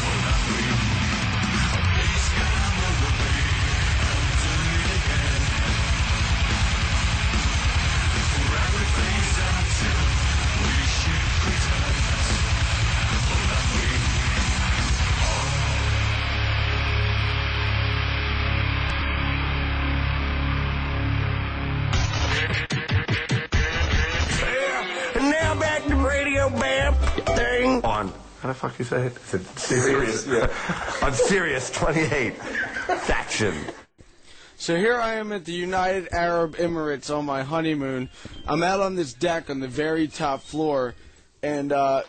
Speaker 11: for that we are. Please come over me and do it again. For everything's empty. We should pretend for that we are.
Speaker 4: And now back to Radio Bam thing.
Speaker 2: On. How the fuck you say it? Is it serious? I'm serious. 28. Faction.
Speaker 6: So here I am at the United Arab Emirates on my honeymoon. I'm out on this deck on the very top floor, and uh,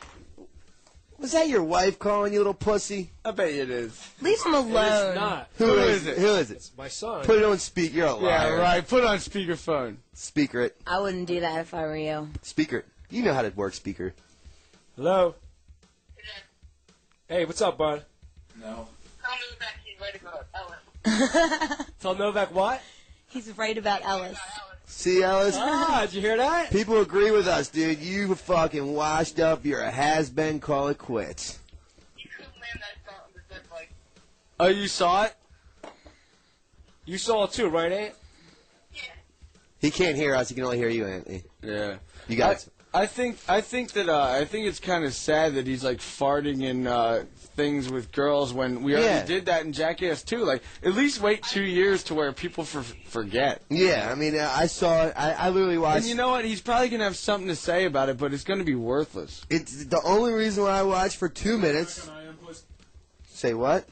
Speaker 7: Was that your wife calling you little pussy?
Speaker 6: I bet you it is.
Speaker 9: Leave him alone.
Speaker 8: It's not.
Speaker 7: Who is, it? Who is it?
Speaker 8: My son.
Speaker 7: Put it on speak. You're a liar.
Speaker 6: Yeah, right. Put on speakerphone.
Speaker 7: Speaker it.
Speaker 9: I wouldn't do that if I were you.
Speaker 7: Speaker. You know how to work speaker.
Speaker 8: Hello. Hey, what's up, bud? Tell Novak what?
Speaker 9: He's right about Ellis.
Speaker 7: See, Ellis?
Speaker 8: Ah, did you hear that?
Speaker 7: People agree with us, dude. You fucking washed up. You're a has been. Call it quits.
Speaker 6: Oh, you saw it?
Speaker 8: You saw it too, right, eh? Ant?
Speaker 7: He can't hear us. He can only hear you, Anthony.
Speaker 6: Yeah.
Speaker 7: You got it.
Speaker 6: I think I think that uh, I think it's kind of sad that he's like farting in uh, things with girls when we
Speaker 7: Yeah.
Speaker 6: already did that in Jackass too. Like at least wait two years to where people for- forget.
Speaker 7: Yeah, I mean, uh, I saw it. I, I literally watched.
Speaker 6: And you know what? He's probably gonna have something to say about it, but it's gonna be worthless.
Speaker 7: It's the only reason why I watched for two minutes. Say what?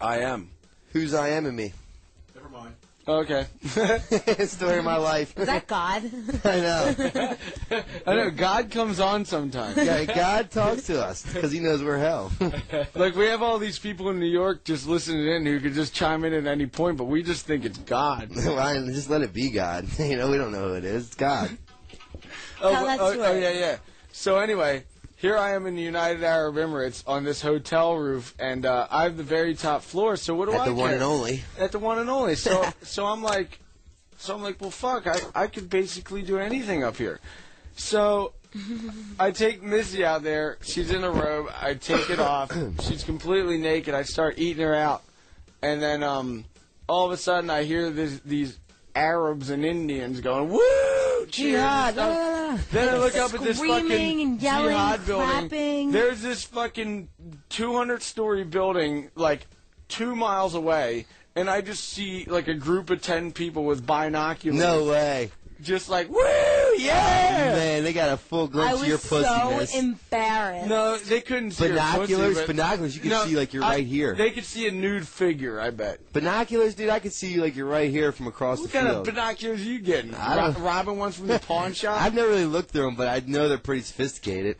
Speaker 6: I am.
Speaker 7: Who's I am in me?
Speaker 8: Never mind.
Speaker 6: Okay.
Speaker 7: Story of my life.
Speaker 9: Is that God?
Speaker 7: I know.
Speaker 6: I know God comes on sometimes.
Speaker 7: Yeah, God talks to us because He knows we're hell.
Speaker 6: Like we have all these people in New York just listening in who could just chime in at any point, but we just think it's God.
Speaker 7: Ryan, just let it be God. You know, we don't know who it is. It's God.
Speaker 6: Oh,
Speaker 9: Tell
Speaker 6: but-
Speaker 9: that
Speaker 6: oh,
Speaker 9: story.
Speaker 6: oh, yeah, yeah. So anyway, here I am in the United Arab Emirates on this hotel roof, and uh, I have the very top floor. So what do
Speaker 7: At
Speaker 6: I
Speaker 7: the one
Speaker 6: care?
Speaker 7: and only.
Speaker 6: At the one and only. So so I'm like, so I'm like, well, fuck, I I could basically do anything up here. So I take Missy out there. She's in a robe. I take it off. She's completely naked. I start eating her out, and then um, all of a sudden I hear this, these Arabs and Indians going woo cheers
Speaker 9: Jihad.
Speaker 6: and stuff.
Speaker 9: ah.
Speaker 6: Then I look up at this
Speaker 9: Screaming
Speaker 6: fucking
Speaker 9: and yelling,
Speaker 6: jihad building.
Speaker 9: clapping.
Speaker 6: There's this fucking 200 story building like two miles away, and I just see like a group of 10 people with binoculars.
Speaker 7: No way.
Speaker 6: Just like, woo, yeah!
Speaker 7: Man, they got a full glimpse
Speaker 9: I
Speaker 7: of your
Speaker 9: was
Speaker 7: pussy.
Speaker 9: so
Speaker 7: miss.
Speaker 9: embarrassed.
Speaker 6: No, they couldn't see her pussy,
Speaker 7: Binoculars?
Speaker 6: but-
Speaker 7: Binoculars, you could see, like, you're
Speaker 6: I-
Speaker 7: right here.
Speaker 6: They could see a nude figure, I bet.
Speaker 7: Binoculars, dude. I could see you like you're right here from across
Speaker 6: What
Speaker 7: the
Speaker 6: kind of
Speaker 7: field.
Speaker 6: binoculars are you getting?
Speaker 7: I
Speaker 6: Ro-
Speaker 7: don't-
Speaker 6: Robin ones from the pawn shop?
Speaker 7: I've never really looked through them, but I know they're pretty sophisticated.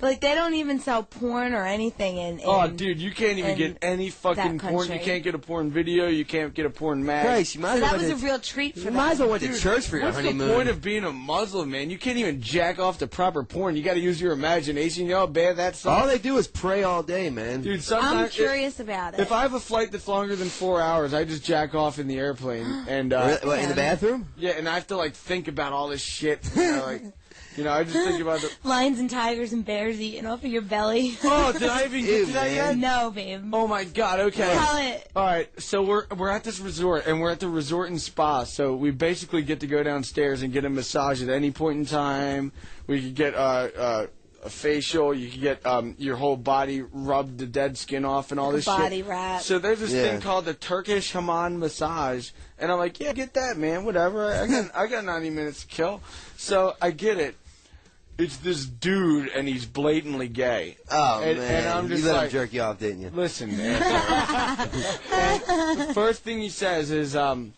Speaker 9: Like they don't even sell porn or anything in. in
Speaker 6: Oh, dude, you can't even
Speaker 9: in
Speaker 6: get any fucking
Speaker 9: that
Speaker 6: porn. You
Speaker 9: country.
Speaker 6: can't get a porn video. You can't get a porn mag.
Speaker 7: Christ, you might
Speaker 9: So
Speaker 7: as well
Speaker 9: that was
Speaker 7: went
Speaker 9: a
Speaker 7: to-
Speaker 9: real treat for
Speaker 7: You
Speaker 9: them.
Speaker 7: might as well went to
Speaker 6: Dude,
Speaker 7: church for your
Speaker 6: what's
Speaker 7: honeymoon.
Speaker 6: the point of being a Muslim, man? You can't even jack off to proper porn. You got to use your imagination. You know how bad that
Speaker 7: All
Speaker 6: sounds?
Speaker 7: they do is pray all day, man.
Speaker 6: Oh, Dude,
Speaker 9: I'm
Speaker 6: sometimes...
Speaker 9: curious about it.
Speaker 6: If I have a flight that's longer than four hours, I just jack off in the airplane and uh,
Speaker 7: Really? What, in the bathroom?
Speaker 6: yeah, and I have to like think about all this shit. You know, like, you know, I just think about the
Speaker 9: Lions and tigers and bears eating off of your belly.
Speaker 6: oh, did I even get to that yet?
Speaker 9: no, babe.
Speaker 6: Oh my god, okay.
Speaker 9: Tell it.
Speaker 6: All right, so we're we're at this resort and we're at the resort and spa. So we basically get to go downstairs and get a massage at any point in time. We could get uh, uh, a facial. You could get um, your whole body rubbed the dead skin off and all
Speaker 9: Like a
Speaker 6: this
Speaker 9: body
Speaker 6: shit.
Speaker 9: wrap.
Speaker 6: So there's this
Speaker 7: Yeah.
Speaker 6: thing called the Turkish Haman massage, and I'm like, yeah, get that, man. Whatever. I got I got 90 minutes to kill, so I get it. It's this dude and he's blatantly gay.
Speaker 7: Oh
Speaker 6: and,
Speaker 7: man,
Speaker 6: and I'm just
Speaker 7: you let
Speaker 6: like,
Speaker 7: him jerk you off, didn't you?
Speaker 6: Listen, man. And the first thing he says is, um,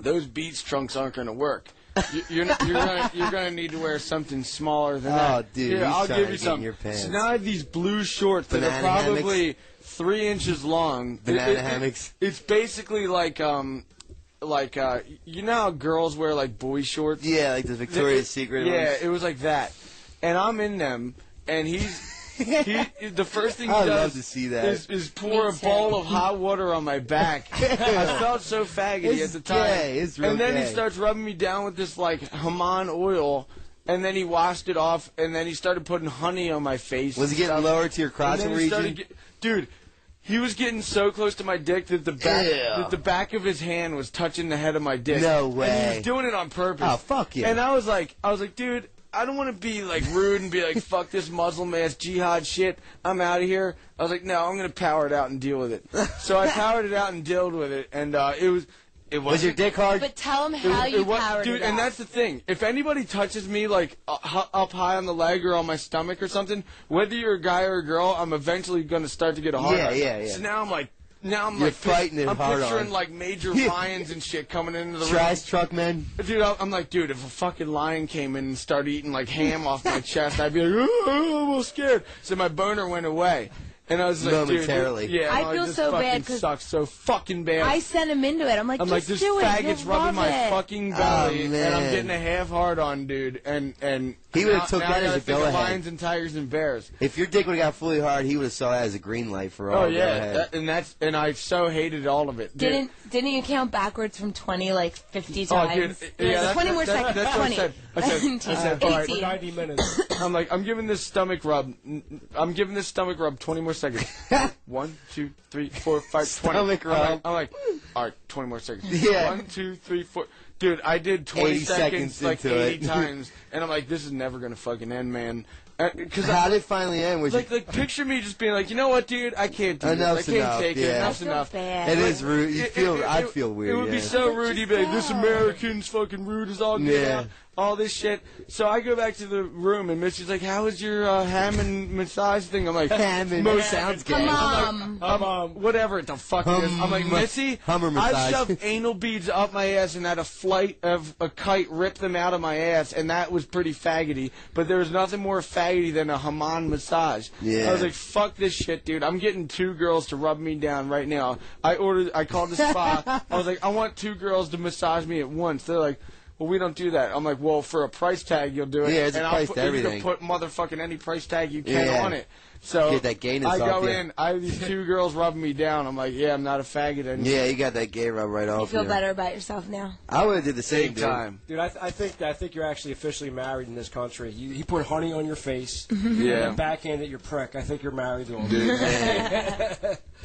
Speaker 6: "Those Beats trunks aren't going to work. You, you're not, you're going you're going to need to wear something smaller than
Speaker 7: Oh,
Speaker 6: that."
Speaker 7: dude,
Speaker 6: Here,
Speaker 7: he's
Speaker 6: I'll
Speaker 7: trying
Speaker 6: give
Speaker 7: to
Speaker 6: you
Speaker 7: get in
Speaker 6: something.
Speaker 7: your pants.
Speaker 6: So now I have these blue shorts that are
Speaker 7: Banana hammocks?
Speaker 6: probably three inches long. It-
Speaker 7: Banana
Speaker 6: it- it-
Speaker 7: hammocks.
Speaker 6: It's basically like um, like uh, you know how girls wear like boy shorts.
Speaker 7: Yeah, like the Victoria's Secret.
Speaker 6: Yeah,
Speaker 7: ones.
Speaker 6: it was like that, and I'm in them, and he's. He, the first thing he
Speaker 7: I'd
Speaker 6: does
Speaker 7: love to see that.
Speaker 6: is- is pour a
Speaker 9: too.
Speaker 6: bowl of hot water on my back. I felt so faggoty
Speaker 7: It's
Speaker 6: at the time.
Speaker 7: gay. It's real
Speaker 6: and then he
Speaker 7: gay.
Speaker 6: starts rubbing me down with this like Haman oil, and then he washed it off, and then he started putting honey on my face.
Speaker 7: was it getting lower to your
Speaker 6: and
Speaker 7: crotch
Speaker 6: then he
Speaker 7: region?
Speaker 6: started get- dude. He was getting so close to my dick that the back
Speaker 7: Ew.
Speaker 6: that the back of his hand was touching the head of my dick.
Speaker 7: No
Speaker 6: And he
Speaker 7: way.
Speaker 6: was doing it on purpose.
Speaker 7: Oh, fuck yeah.
Speaker 6: And I was like, I was like, dude, I don't want to be like rude and be like, fuck this Muslim ass jihad shit. I'm out of here. I was like, no, I'm gonna power it out and deal with it. So I powered it out and dealt with it, and uh, it was it was
Speaker 7: was your dick hard?
Speaker 9: But tell them how you
Speaker 6: wa-
Speaker 9: powered
Speaker 6: dude,
Speaker 9: it
Speaker 6: and
Speaker 9: up.
Speaker 6: that's the thing. If anybody touches me like uh, hu- up high on the leg or on my stomach or something, whether you're a guy or a girl, I'm eventually going to start to get a hard.
Speaker 7: Yeah,
Speaker 6: on.
Speaker 7: yeah, yeah.
Speaker 6: So now I'm like, now I'm
Speaker 7: You're
Speaker 6: like, pic-
Speaker 7: fighting it
Speaker 6: I'm
Speaker 7: hard
Speaker 6: picturing
Speaker 7: on.
Speaker 6: like major
Speaker 7: Yeah.
Speaker 6: lions and shit coming into the room.
Speaker 7: Trash truck man.
Speaker 6: Dude, I- I'm like, dude, if a fucking lion came in and started eating like ham off my chest, I'd be like, "Ooh, I'm almost scared. So my boner went away. And I was like, dude,
Speaker 7: Momentarily.
Speaker 6: yeah,
Speaker 9: I
Speaker 6: I'm like,
Speaker 9: feel
Speaker 6: this
Speaker 9: so
Speaker 6: fucking
Speaker 9: bad 'cause
Speaker 6: sucks so fucking bad.
Speaker 9: I sent him into it. I'm like,
Speaker 6: I'm
Speaker 9: just
Speaker 6: like this
Speaker 9: do it.
Speaker 6: faggot's
Speaker 9: You'll
Speaker 6: rubbing
Speaker 9: love
Speaker 6: my
Speaker 9: it.
Speaker 6: fucking belly, and I'm
Speaker 7: Oh, man.
Speaker 6: getting a half hard on, dude. And and
Speaker 7: He would've
Speaker 6: now-
Speaker 7: took
Speaker 6: now
Speaker 7: that
Speaker 6: I
Speaker 7: as
Speaker 6: gotta
Speaker 7: a
Speaker 6: think of
Speaker 7: go-ahead.
Speaker 6: Lions and tigers and bears.
Speaker 7: If your dick would have got fully hard, he would have saw that as a green light for all.
Speaker 6: Oh
Speaker 7: go
Speaker 6: yeah,
Speaker 7: ahead.
Speaker 6: that, and that's and I so hated all of it. Dude.
Speaker 9: Didn't didn't you count backwards from twenty like fifty times?
Speaker 6: Oh, dude.
Speaker 9: You're
Speaker 6: Yeah,
Speaker 9: like,
Speaker 6: that's,
Speaker 9: twenty more
Speaker 6: that's-
Speaker 9: seconds.
Speaker 6: That's
Speaker 9: twenty.
Speaker 6: what I said. I said, I said,
Speaker 9: 19,
Speaker 6: all right,
Speaker 9: 18.
Speaker 8: 90 minutes.
Speaker 6: I'm like, I'm giving this stomach rub. n- n- I'm giving this stomach rub 20 more seconds. One, two, three, four, five, 20.
Speaker 7: Stomach
Speaker 6: I'm like-
Speaker 7: rub.
Speaker 6: I'm like, all right, 20 more seconds.
Speaker 7: Yeah.
Speaker 6: One, two, three, four. Dude, I did 20
Speaker 7: 80
Speaker 6: seconds,
Speaker 7: seconds
Speaker 6: like
Speaker 7: into
Speaker 6: 80
Speaker 7: it.
Speaker 6: times, and I'm like, this is never gonna fucking end, man. Because
Speaker 7: How did it finally end? Was
Speaker 6: like, like, picture me just being like, you know what, dude, I can't do
Speaker 7: Enough's
Speaker 6: this. I can't
Speaker 7: enough,
Speaker 6: take it.
Speaker 7: yeah.
Speaker 6: Enough's
Speaker 7: I feel
Speaker 6: enough.
Speaker 9: bad.
Speaker 7: It
Speaker 6: Like,
Speaker 7: is rude. You feel- I'd feel
Speaker 6: It
Speaker 7: weird,
Speaker 6: would be
Speaker 7: yeah.
Speaker 6: so rude. You'd be like, this American's fucking rude as all get
Speaker 7: Yeah.
Speaker 6: out. All this shit. So I go back to the room, and Mitch is like, "How was your uh, Hammond massage thing?" I'm like,
Speaker 7: Hammond.
Speaker 6: "Mo-
Speaker 7: Sounds
Speaker 6: I'm
Speaker 7: gay.
Speaker 6: like,
Speaker 9: Hum.
Speaker 6: um, whatever the fuck it is. I'm like,
Speaker 7: Hum.
Speaker 6: Missy,
Speaker 7: Hummer
Speaker 6: I
Speaker 7: massage."
Speaker 6: shoved anal beads up my ass and had a flight of a kite rip them out of my ass, and that was pretty faggoty. But there was nothing more faggoty than a Haman massage.
Speaker 7: Yeah.
Speaker 6: I was like, fuck this shit, dude. I'm getting two girls to rub me down right now. I ordered, I called the spa. I was like, I want two girls to massage me at once. They're like, well, we don't do that. I'm like, well, for a price tag, you'll do it.
Speaker 7: Yeah, it's a
Speaker 6: and
Speaker 7: price
Speaker 6: I'll put,
Speaker 7: to
Speaker 6: You
Speaker 7: everything.
Speaker 6: can put motherfucking any price tag you can
Speaker 7: Yeah.
Speaker 6: on it. So
Speaker 7: Get that gayness
Speaker 6: I go
Speaker 7: off you.
Speaker 6: in. I have these two girls rubbing me down. I'm like, yeah, I'm not a faggot anymore.
Speaker 7: yeah, you got that gay rub right
Speaker 9: You
Speaker 7: off.
Speaker 9: feel
Speaker 7: you.
Speaker 9: better about yourself now.
Speaker 7: I would have did the same
Speaker 6: Big
Speaker 7: dude.
Speaker 6: time.
Speaker 8: Dude, I, th- I think I think you're actually officially married in this country. You, he put honey on your face,
Speaker 7: Mm-hmm.
Speaker 6: Yeah.
Speaker 8: and backhanded your prick. I think you're married to him.
Speaker 6: I,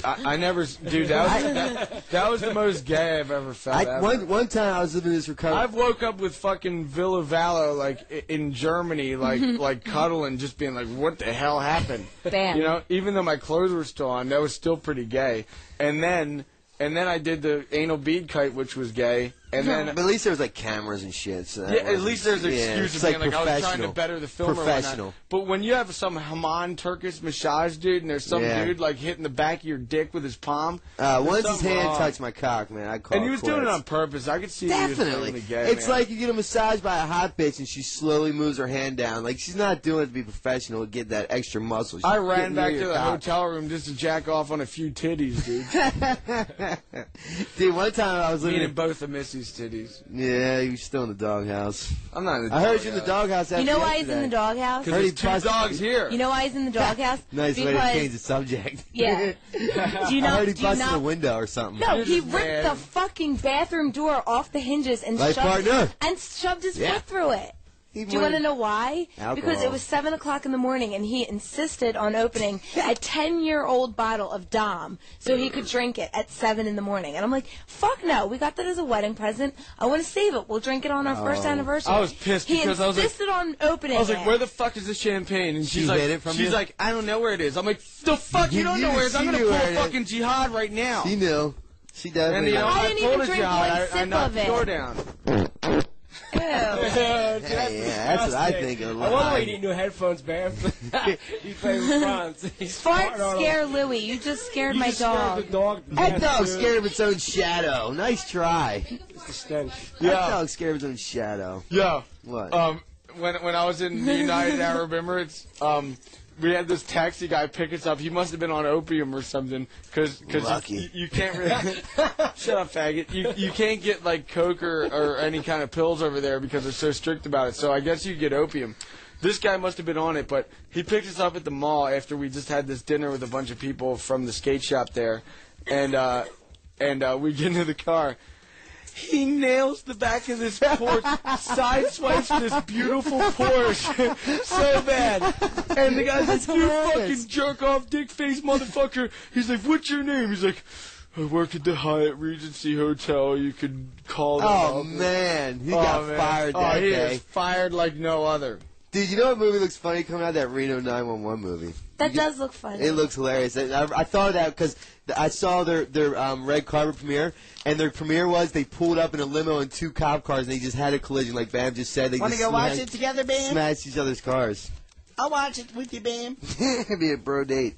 Speaker 6: I never, s- dude. That was that, that was the most gay I've ever felt.
Speaker 7: I,
Speaker 6: ever.
Speaker 7: one one time I was living in this recovery.
Speaker 6: I've woke up with fucking Villa Vallo like i- in Germany, like like cuddling, just being like, "What the hell happened?"
Speaker 9: Bam.
Speaker 6: You know, even though my clothes were still on, that was still pretty gay. And then and then I did the anal bead kite, which was gay. And then
Speaker 7: but at least there was like cameras and shit. So that
Speaker 6: Yeah, at
Speaker 7: wasn't-
Speaker 6: least there's an
Speaker 7: yeah,
Speaker 6: excuse
Speaker 7: it's
Speaker 6: of
Speaker 7: like
Speaker 6: being like, I was trying to
Speaker 7: professional.
Speaker 6: better the film or
Speaker 7: Professional.
Speaker 6: whatnot. But when you have some Haman Turkish massage dude and there's some
Speaker 7: Yeah.
Speaker 6: dude like hitting the back of your dick with his palm.
Speaker 7: Uh,
Speaker 6: there's
Speaker 7: once his
Speaker 6: something
Speaker 7: hand
Speaker 6: wrong.
Speaker 7: touched my cock, man, I called.
Speaker 6: And he was doing it on purpose. I could see that he was
Speaker 7: Definitely,
Speaker 6: totally gay,
Speaker 7: it's
Speaker 6: man.
Speaker 7: like you get a massage by a hot bitch, and she slowly moves her hand down. Like she's not doing it to be professional to get that extra muscle. She's
Speaker 6: I ran
Speaker 7: getting
Speaker 6: back
Speaker 7: near
Speaker 6: to
Speaker 7: your
Speaker 6: the
Speaker 7: cock.
Speaker 6: hotel room just to jack off on a few titties, dude.
Speaker 7: Dude, one time I was living.
Speaker 6: Meaning both of Missy's titties.
Speaker 7: yeah, he was still in the doghouse.
Speaker 6: I'm not in the
Speaker 7: I heard you in the doghouse.
Speaker 9: You
Speaker 7: after
Speaker 9: know why he's
Speaker 7: yesterday.
Speaker 9: in the doghouse?
Speaker 6: Because
Speaker 7: Heard he
Speaker 6: there's two
Speaker 7: busted-
Speaker 6: dogs here.
Speaker 9: You know why he's in the doghouse?
Speaker 7: Nice
Speaker 9: because,
Speaker 7: way to change the subject.
Speaker 9: Yeah. Do you
Speaker 7: I
Speaker 9: not?
Speaker 7: heard
Speaker 9: Do
Speaker 7: he
Speaker 9: you
Speaker 7: busted a
Speaker 9: not?
Speaker 7: window or something.
Speaker 9: No,
Speaker 6: You're
Speaker 9: he
Speaker 6: just
Speaker 9: ripped
Speaker 6: mad.
Speaker 9: the fucking bathroom door off the hinges and
Speaker 7: Life
Speaker 9: shoved
Speaker 7: partner.
Speaker 9: and shoved his
Speaker 7: Yeah.
Speaker 9: foot through it.
Speaker 7: He
Speaker 9: Do you want to
Speaker 7: wanted-
Speaker 9: know why? Because
Speaker 7: Alcohol.
Speaker 9: it was seven o'clock in the morning, and he insisted on opening a ten-year-old bottle of Dom so he could drink it at seven in the morning. And I'm like, "Fuck no! We got that as a wedding present. I want to save it. We'll drink it on our first anniversary."
Speaker 6: I was pissed
Speaker 9: he
Speaker 6: because I was like-
Speaker 9: insisted on opening.
Speaker 6: I was like,
Speaker 9: it.
Speaker 6: "Where the fuck is the champagne?" And she's
Speaker 7: She
Speaker 6: like,
Speaker 7: hid it from
Speaker 6: "She's
Speaker 7: you?
Speaker 6: like, I don't know where it is." I'm like, "The fuck, you,
Speaker 7: You
Speaker 6: don't know
Speaker 7: knew
Speaker 6: where it is? I'm
Speaker 7: she
Speaker 6: gonna
Speaker 7: knew
Speaker 6: pull
Speaker 7: where it is.
Speaker 6: fucking jihad right now."
Speaker 7: She knew. She
Speaker 6: And
Speaker 7: definitely.
Speaker 6: you know,
Speaker 9: I didn't even
Speaker 6: pulled a
Speaker 9: drink
Speaker 6: jihad.
Speaker 9: one
Speaker 6: I, I
Speaker 9: sip
Speaker 6: knocked
Speaker 9: of
Speaker 6: the
Speaker 9: it.
Speaker 6: door down.
Speaker 9: Ew.
Speaker 7: Hey, yeah, that's what I think of.
Speaker 8: I love how you
Speaker 7: lying.
Speaker 8: need new headphones, man. you play with Franz. He's
Speaker 9: Fart
Speaker 8: farting on
Speaker 9: scare Louie. You just scared
Speaker 8: him. You
Speaker 9: my
Speaker 8: just scared
Speaker 9: dog.
Speaker 8: The dog.
Speaker 7: That dog's scared of its own shadow. Nice try.
Speaker 8: It's the stench.
Speaker 7: That dog's scared of its own shadow.
Speaker 6: Yeah.
Speaker 7: What?
Speaker 6: Um, when when I was in the United Arab Emirates, um, we had this taxi guy pick us up. He must have been on opium or something, because
Speaker 7: Lucky.
Speaker 6: you, you can't really shut up, faggot. You you can't get like coke or, or any kind of pills over there because they're so strict about it. So I guess you get opium. This guy must have been on it, but he picked us up at the mall after we just had this dinner with a bunch of people from the skate shop there, and uh, and uh, we get into the car. He nails the back of this Porsche, sideswipes this beautiful Porsche so bad. And the guy's like, you
Speaker 7: hilarious.
Speaker 6: fucking jerk off dick face motherfucker. He's like, what's your name? He's like, I work at the Hyatt Regency Hotel. You could call them
Speaker 7: Oh
Speaker 6: up."
Speaker 7: man, he
Speaker 6: Oh,
Speaker 7: got
Speaker 6: man.
Speaker 7: fired
Speaker 6: oh,
Speaker 7: that
Speaker 6: he
Speaker 7: day.
Speaker 6: is fired like no other.
Speaker 7: Dude, you know what movie looks funny coming out? That Reno 911 movie.
Speaker 9: That does look funny.
Speaker 7: It looks hilarious. I, I I thought of that because I saw their their um, red carpet premiere, and their premiere was they pulled up in a limo and two cop cars, and they just had a collision, like Bam just said. They
Speaker 10: Want to
Speaker 7: just
Speaker 10: go watch
Speaker 7: smashed-
Speaker 10: it together, man?
Speaker 7: Smashed each other's cars.
Speaker 10: I'll watch it with you, Bam.
Speaker 7: It'd be a bro date.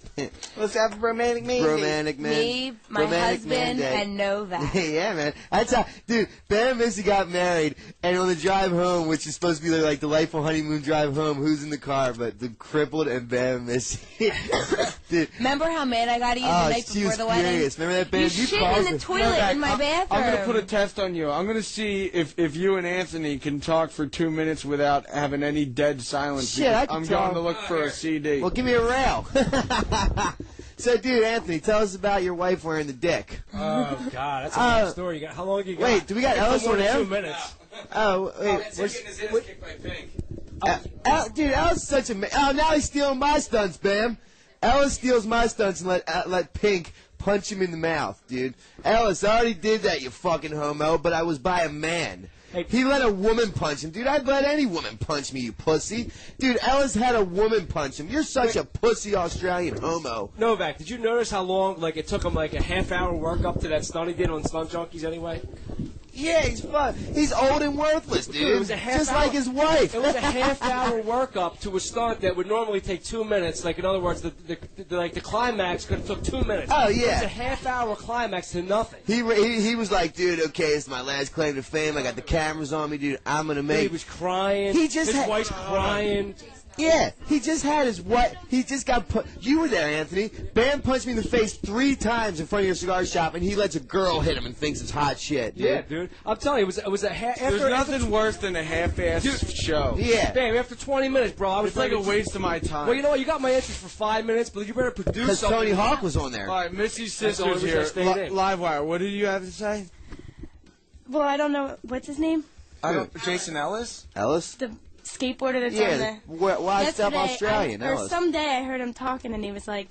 Speaker 10: Let's have a romantic meeting.
Speaker 7: Romantic man.
Speaker 9: Me, my
Speaker 7: Romantic man
Speaker 9: husband,
Speaker 7: day.
Speaker 9: and Novak.
Speaker 7: yeah, man. That's how, dude. Ben and Missy got married, and on the drive home, which is supposed to be their like delightful honeymoon drive home, who's in the car? But the crippled and Ben and Missy. dude,
Speaker 9: Remember how mad I got at you
Speaker 7: Oh,
Speaker 9: the night
Speaker 7: she
Speaker 9: before
Speaker 7: was
Speaker 9: the wedding?
Speaker 7: furious. Remember that, babe?
Speaker 9: You
Speaker 7: You
Speaker 9: shit
Speaker 7: called
Speaker 9: in the
Speaker 7: her.
Speaker 9: toilet
Speaker 6: Novak,
Speaker 9: in my
Speaker 6: I'm-
Speaker 9: bathroom.
Speaker 6: I'm gonna
Speaker 7: Um,
Speaker 6: put a test on you. I'm gonna see if, if you and Anthony can talk for two minutes without having any dead silence.
Speaker 7: Shit,
Speaker 6: because
Speaker 7: I can
Speaker 6: I'm
Speaker 7: tell.
Speaker 6: going to look for a CD.
Speaker 7: well, give me a rail. so, dude, Anthony, tell us about your wife wearing the dick.
Speaker 8: Oh God, that's a
Speaker 7: Uh,
Speaker 8: long story. You got how long you got?
Speaker 7: wait, do we got
Speaker 8: It's no
Speaker 7: Ellis
Speaker 8: more
Speaker 7: on
Speaker 8: than
Speaker 7: air?
Speaker 8: Two minutes.
Speaker 7: Oh, wait. what's- Uh, Al, dude, Al's such a ma- oh now he's stealing my stunts, Bam. Ellis steals my stunts and let uh, let Pink punch him in the mouth, dude. Ellis I already did that, you fucking homo. But I was by a man. He let a woman punch him, dude. I'd let any woman punch me, you pussy, dude. Ellis had a woman punch him. You're such a pussy Australian homo.
Speaker 8: Novak, did you notice how long? Like it took him like a half hour workup to that stunt he did on Stunt Junkies. Anyway,
Speaker 7: Yeah, he's fun. He's old and worthless, dude.
Speaker 8: it was a half
Speaker 7: Just
Speaker 8: hour-
Speaker 7: like his wife.
Speaker 8: It was a half hour workup to a stunt that would normally take two minutes. Like in other words, the, the, the like the climax could have took two minutes.
Speaker 7: Oh,
Speaker 8: it was
Speaker 7: yeah.
Speaker 8: a half hour climax to nothing.
Speaker 7: He, re- he he was like, dude, okay, it's my last claim to fame. I got the cameras on me, dude. I'm gonna make.
Speaker 8: He was crying.
Speaker 7: He just
Speaker 8: his
Speaker 7: had-
Speaker 8: wife's crying.
Speaker 7: Yeah, he just had his what? He just got put. You were there, Anthony. Bam punched me in the face three times in front of your cigar shop, and he lets a girl hit him and thinks it's hot shit, dude.
Speaker 8: Yeah, dude. I'm telling you, it was it was a half.
Speaker 6: There's nothing worse than a half-assed show.
Speaker 7: Yeah.
Speaker 8: Damn, after 20 minutes, bro, I was
Speaker 6: It's like
Speaker 8: ready
Speaker 6: a
Speaker 8: to-
Speaker 6: waste of my time.
Speaker 8: Well, you know what? You got my interest for five minutes, but you better produce
Speaker 7: Because
Speaker 8: something.
Speaker 7: Tony Hawk was on there.
Speaker 6: All right, Missy's
Speaker 8: That's the
Speaker 6: sister's
Speaker 8: only
Speaker 6: here.
Speaker 8: reason I stayed
Speaker 6: Li-
Speaker 8: in.
Speaker 6: Livewire, what did you have to say?
Speaker 9: Well, I don't know what's his name.
Speaker 6: I don't, Jason Ellis?
Speaker 7: Ellis?
Speaker 9: The skateboarder that's
Speaker 7: Yeah,
Speaker 9: on there.
Speaker 7: the wi- wild stuff
Speaker 9: Yesterday,
Speaker 7: Australian,
Speaker 9: I,
Speaker 7: Ellis.
Speaker 9: Or someday I heard him talking, and he was like,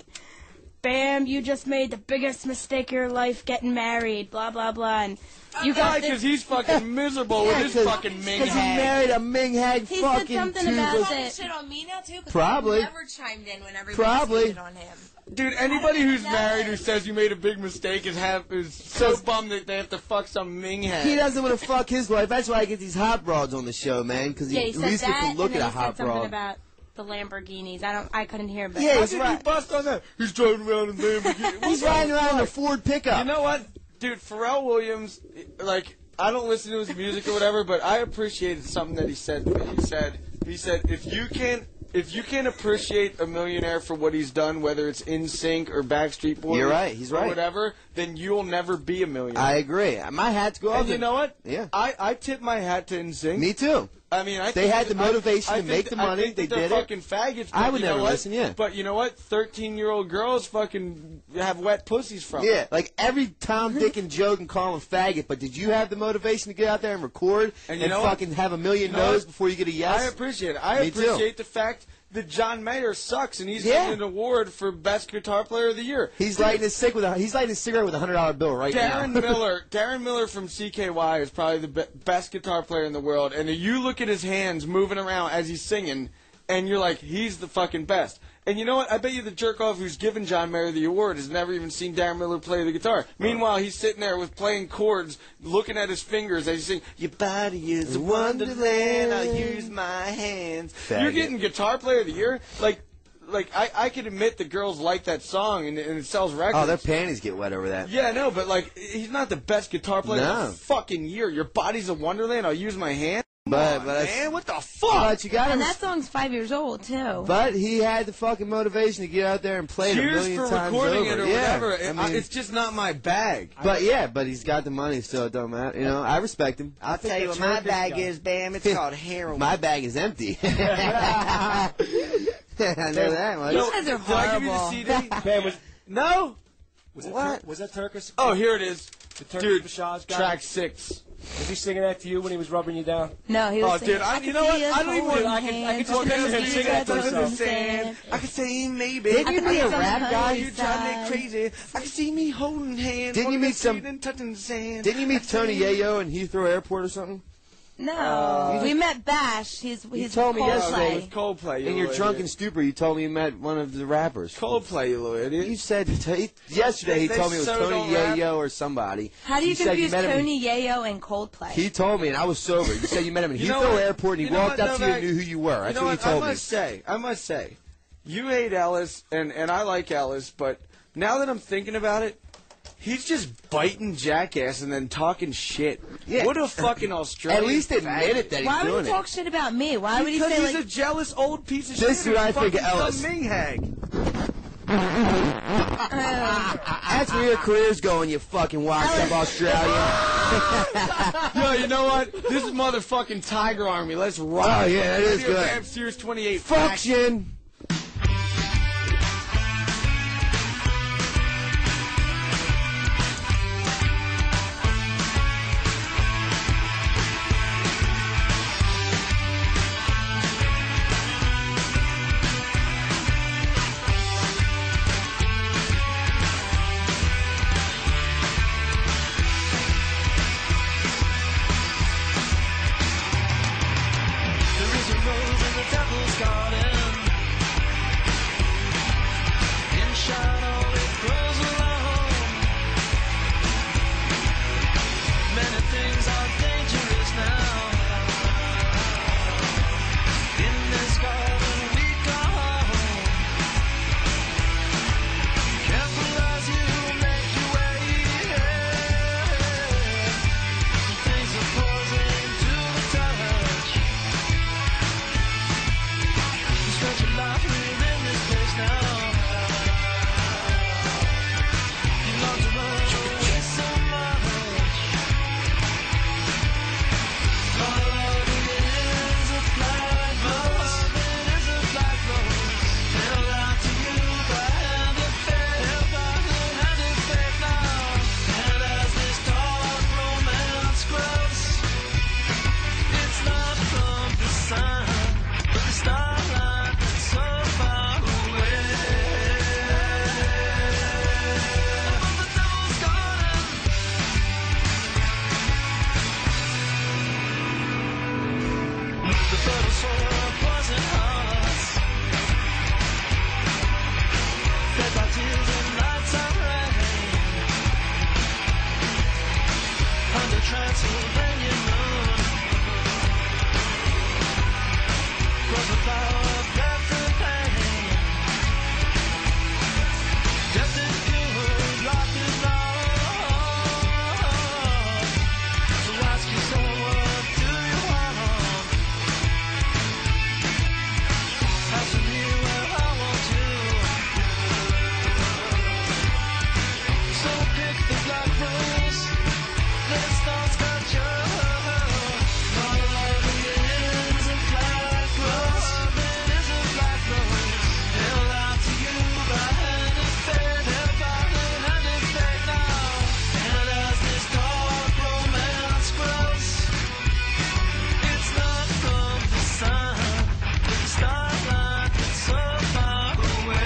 Speaker 9: "Bam, you just made the biggest mistake of your life getting married." Blah blah blah. And you got this.
Speaker 6: because he's fucking miserable
Speaker 7: Yeah,
Speaker 6: with his
Speaker 7: 'cause-
Speaker 6: fucking ming
Speaker 7: 'cause he married a Ming Hag
Speaker 9: He said
Speaker 7: fucking
Speaker 9: something
Speaker 7: toothless-
Speaker 9: about
Speaker 16: Talking
Speaker 9: it.
Speaker 16: shit on me now too. 'Cause
Speaker 7: Probably.
Speaker 16: I never chimed in when everybody
Speaker 7: Probably.
Speaker 16: shitted on him.
Speaker 6: Dude, anybody who's married who says you made a big mistake is have is so bummed that they have to fuck some Ming head.
Speaker 7: He doesn't want to fuck his wife. That's why I get these hot broads on the show, man. Because
Speaker 9: yeah, he
Speaker 7: at
Speaker 9: said
Speaker 7: least
Speaker 9: that,
Speaker 7: gets to look
Speaker 9: and then
Speaker 7: at a
Speaker 9: he said
Speaker 7: hot
Speaker 9: something
Speaker 7: broad.
Speaker 9: about the Lamborghinis. I don't. I couldn't hear. But
Speaker 7: Yeah,
Speaker 6: How
Speaker 7: he's
Speaker 6: did
Speaker 7: right.
Speaker 6: you bust on that? He's driving around in Lamborghini.
Speaker 7: He's riding around in a Ford pickup.
Speaker 6: You know what, dude? Pharrell Williams, like, I don't listen to his music or whatever, but I appreciated something that he said. to me. He said, he said, if you can. If you can appreciate a millionaire for what he's done, whether it's in sync or Backstreet Boys,
Speaker 7: You're right, he's
Speaker 6: or
Speaker 7: right.
Speaker 6: whatever, then you'll never be a millionaire.
Speaker 7: I agree. My hat's go off.
Speaker 6: and you know what?
Speaker 7: Yeah.
Speaker 6: I, I tip my hat to NSYNC.
Speaker 7: Me too.
Speaker 6: I mean, I
Speaker 7: They
Speaker 6: think
Speaker 7: had
Speaker 6: that-
Speaker 7: the motivation
Speaker 6: I, I
Speaker 7: to
Speaker 6: think
Speaker 7: make the
Speaker 6: that- I
Speaker 7: money.
Speaker 6: think
Speaker 7: They
Speaker 6: that they're
Speaker 7: did it.
Speaker 6: fucking faggots.
Speaker 7: I
Speaker 6: but
Speaker 7: would
Speaker 6: you know
Speaker 7: never
Speaker 6: what?
Speaker 7: listen, yeah.
Speaker 6: But you know what? Thirteen-year-old girls fucking have wet pussies from. it.
Speaker 7: Yeah, like every Tom, Dick, and Joe can call him a faggot, but did you have the motivation to get out there and record
Speaker 6: And
Speaker 7: and,
Speaker 6: you know what?
Speaker 7: fucking have a million
Speaker 6: You know
Speaker 7: no's
Speaker 6: what?
Speaker 7: before you get a yes?
Speaker 6: I appreciate it. I
Speaker 7: Me too.
Speaker 6: appreciate the fact that John Mayer sucks and he's
Speaker 7: Yeah.
Speaker 6: getting an award for best guitar player of the year.
Speaker 7: He's
Speaker 6: Dude,
Speaker 7: lighting his cig with a he's lighting a cigarette with a hundred dollar bill right
Speaker 6: Darren
Speaker 7: now.
Speaker 6: Miller, Darren Miller from CKY is probably the be- best guitar player in the world. And you look at his hands moving around as he's singing, and you're like, he's the fucking best. And you know what? I bet you the jerk off who's given John Mayer the award has never even seen Darren Miller play the guitar.
Speaker 7: Oh.
Speaker 6: Meanwhile, he's sitting there with playing chords, looking at his fingers as he's singing, Your body is a wonderland, I use my hands. You're
Speaker 7: Faggot.
Speaker 6: getting guitar player of the year? Like, like I, I could admit the girls like that song and, and it sells records.
Speaker 7: oh, their panties get wet over that.
Speaker 6: Yeah, I know, but like, he's not the best guitar player
Speaker 7: No.
Speaker 6: in the fucking year. Your body's a wonderland. I'll use my hand.
Speaker 7: But but that's-
Speaker 6: Man, what the fuck?
Speaker 7: but you got
Speaker 9: and
Speaker 7: him.
Speaker 9: that song's five years old too.
Speaker 7: But he had the fucking motivation to get out there and play it a
Speaker 6: Cheers
Speaker 7: million
Speaker 6: for
Speaker 7: times
Speaker 6: recording
Speaker 7: over.
Speaker 6: it or
Speaker 7: yeah,
Speaker 6: whatever.
Speaker 7: I
Speaker 6: It-
Speaker 7: mean,
Speaker 6: it's just not my bag.
Speaker 7: but yeah, but he's got the money, so it don't matter. You know, I respect him.
Speaker 10: I'll tell you what my bag is, Bam. It's called heroin.
Speaker 7: My bag is empty. I know that much.
Speaker 6: No,
Speaker 9: guys are
Speaker 6: Did I give you the CD?
Speaker 8: Bam, was,
Speaker 6: no.
Speaker 8: was That
Speaker 7: What?
Speaker 8: Tur- was that Turkish?
Speaker 6: Oh, here it is.
Speaker 8: the Turkish
Speaker 6: Dude,
Speaker 8: massage guy.
Speaker 6: track six.
Speaker 8: Was he singing that to you when he was rubbing you down?
Speaker 9: no, he was.
Speaker 6: Oh,
Speaker 9: singing,
Speaker 6: dude, I-
Speaker 9: can
Speaker 6: you know what?
Speaker 9: see us
Speaker 6: I don't even
Speaker 9: holding
Speaker 6: want- I can- I
Speaker 9: hands,
Speaker 6: can just
Speaker 9: I can
Speaker 6: picture him
Speaker 9: see
Speaker 6: singing
Speaker 9: us
Speaker 6: that to
Speaker 9: on
Speaker 6: himself.
Speaker 9: the sand."
Speaker 10: I can see me, baby.
Speaker 7: Didn't you meet a
Speaker 9: Some
Speaker 7: rap guy?
Speaker 9: honey
Speaker 7: You
Speaker 9: side.
Speaker 10: crazy. I can see me holding hands.
Speaker 7: Didn't
Speaker 10: on
Speaker 7: you
Speaker 10: the
Speaker 7: meet some-
Speaker 10: street and touching the sand.
Speaker 7: Didn't you meet Tony Yayo in Heathrow Airport or something?
Speaker 9: No,
Speaker 7: Uh,
Speaker 9: we met Bash. He's
Speaker 7: You
Speaker 9: he's
Speaker 7: told me
Speaker 9: Coldplay.
Speaker 7: yesterday.
Speaker 6: Coldplay, you
Speaker 7: In your
Speaker 6: idiot.
Speaker 7: drunken stupor, you told me you met one of the rappers.
Speaker 6: Coldplay, you little idiot.
Speaker 7: You said t- yesterday. He
Speaker 9: They
Speaker 7: told me it
Speaker 9: so
Speaker 7: was Tony
Speaker 9: don't rap.
Speaker 7: Yayo or somebody.
Speaker 9: How do you
Speaker 7: said
Speaker 9: confuse
Speaker 7: met him-
Speaker 9: Tony Yayo and Coldplay?
Speaker 7: He told me, and I was sober. You said you met him in
Speaker 6: You know
Speaker 7: Heathrow
Speaker 6: what?
Speaker 7: Airport, and he
Speaker 6: You know
Speaker 7: walked
Speaker 6: what,
Speaker 7: up to you and
Speaker 6: Novak?
Speaker 7: knew who you were. That's
Speaker 6: you know
Speaker 7: what he
Speaker 6: what?
Speaker 7: told
Speaker 6: I
Speaker 7: me.
Speaker 6: must say, I must say, you hate Ellis, and and I like Ellis, but now that I'm thinking about it, he's just biting jackass and then talking shit. What a fucking Australian.
Speaker 7: At least admit it that he's
Speaker 9: Why would
Speaker 7: doing
Speaker 9: he
Speaker 7: it.
Speaker 9: talk shit about me? Why would he
Speaker 6: Because
Speaker 9: say
Speaker 6: he's
Speaker 9: like?
Speaker 6: a jealous old piece of shit.
Speaker 7: This is what I think of Ellis. That's where your career's going, you fucking wild Australian.
Speaker 6: Yo, you know what? This is motherfucking Tiger Army. Let's rock.
Speaker 7: Oh, yeah, that is
Speaker 6: Radio
Speaker 7: good.
Speaker 6: Bam Series 28.
Speaker 7: Function.
Speaker 11: There is a rose in the devil's garden. In shadow it grows alone. Many things are dangerous now. In this garden we go home. Careful as you make your way. Things are poison to the touch. Stretch your life within this place now. You love to run away so much. All that it is a flag rose. It is a flag rose. Held out to you by hand of fate. Held by the hand of fate now. And as this dark romance grows, it's not from the sun. But the starlight is so far away. Over the devil's garden. The petals for our poison hearts. Fed by tears and nights of rain. Under Transylvania moon. Grows the flower of death and pain. Death and good, life is love. So ask yourself, what do you want? Ask me where I want you. So kick the black rose. Let it start scratch your heart. Starlight, it's so far away.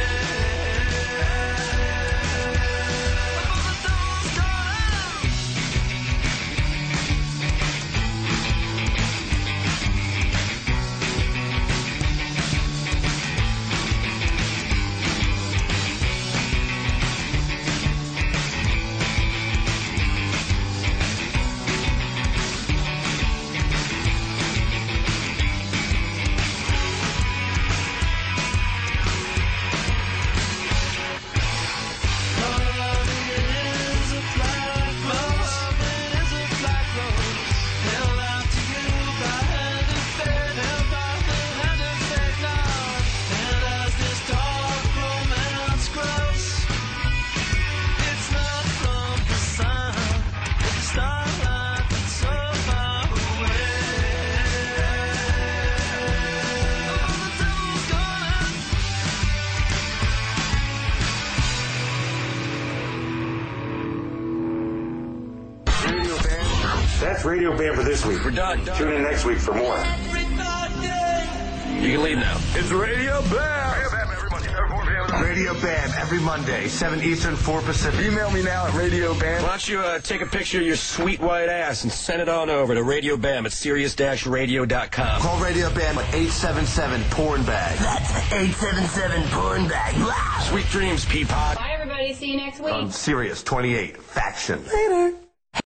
Speaker 12: That's Radio Bam for this week. We're done. Tune in next week for more.
Speaker 11: You can leave now.
Speaker 12: It's Radio Bam.
Speaker 5: Every Monday, 4 p.m. in the morning.
Speaker 17: Radio Bam every Monday, 7 Eastern, 4 Pacific. Email me now at Radio Bam.
Speaker 7: Why don't you uh, take a picture of your sweet white ass and send it on over to Radio Bam at serious-radio.com.
Speaker 17: Call Radio Bam at 877 Porn Bag. That's 877 Porn Bag. Sweet dreams, Peapod.
Speaker 3: Bye, everybody. See you next week.
Speaker 17: On Sirius 28, Faction.
Speaker 3: Later.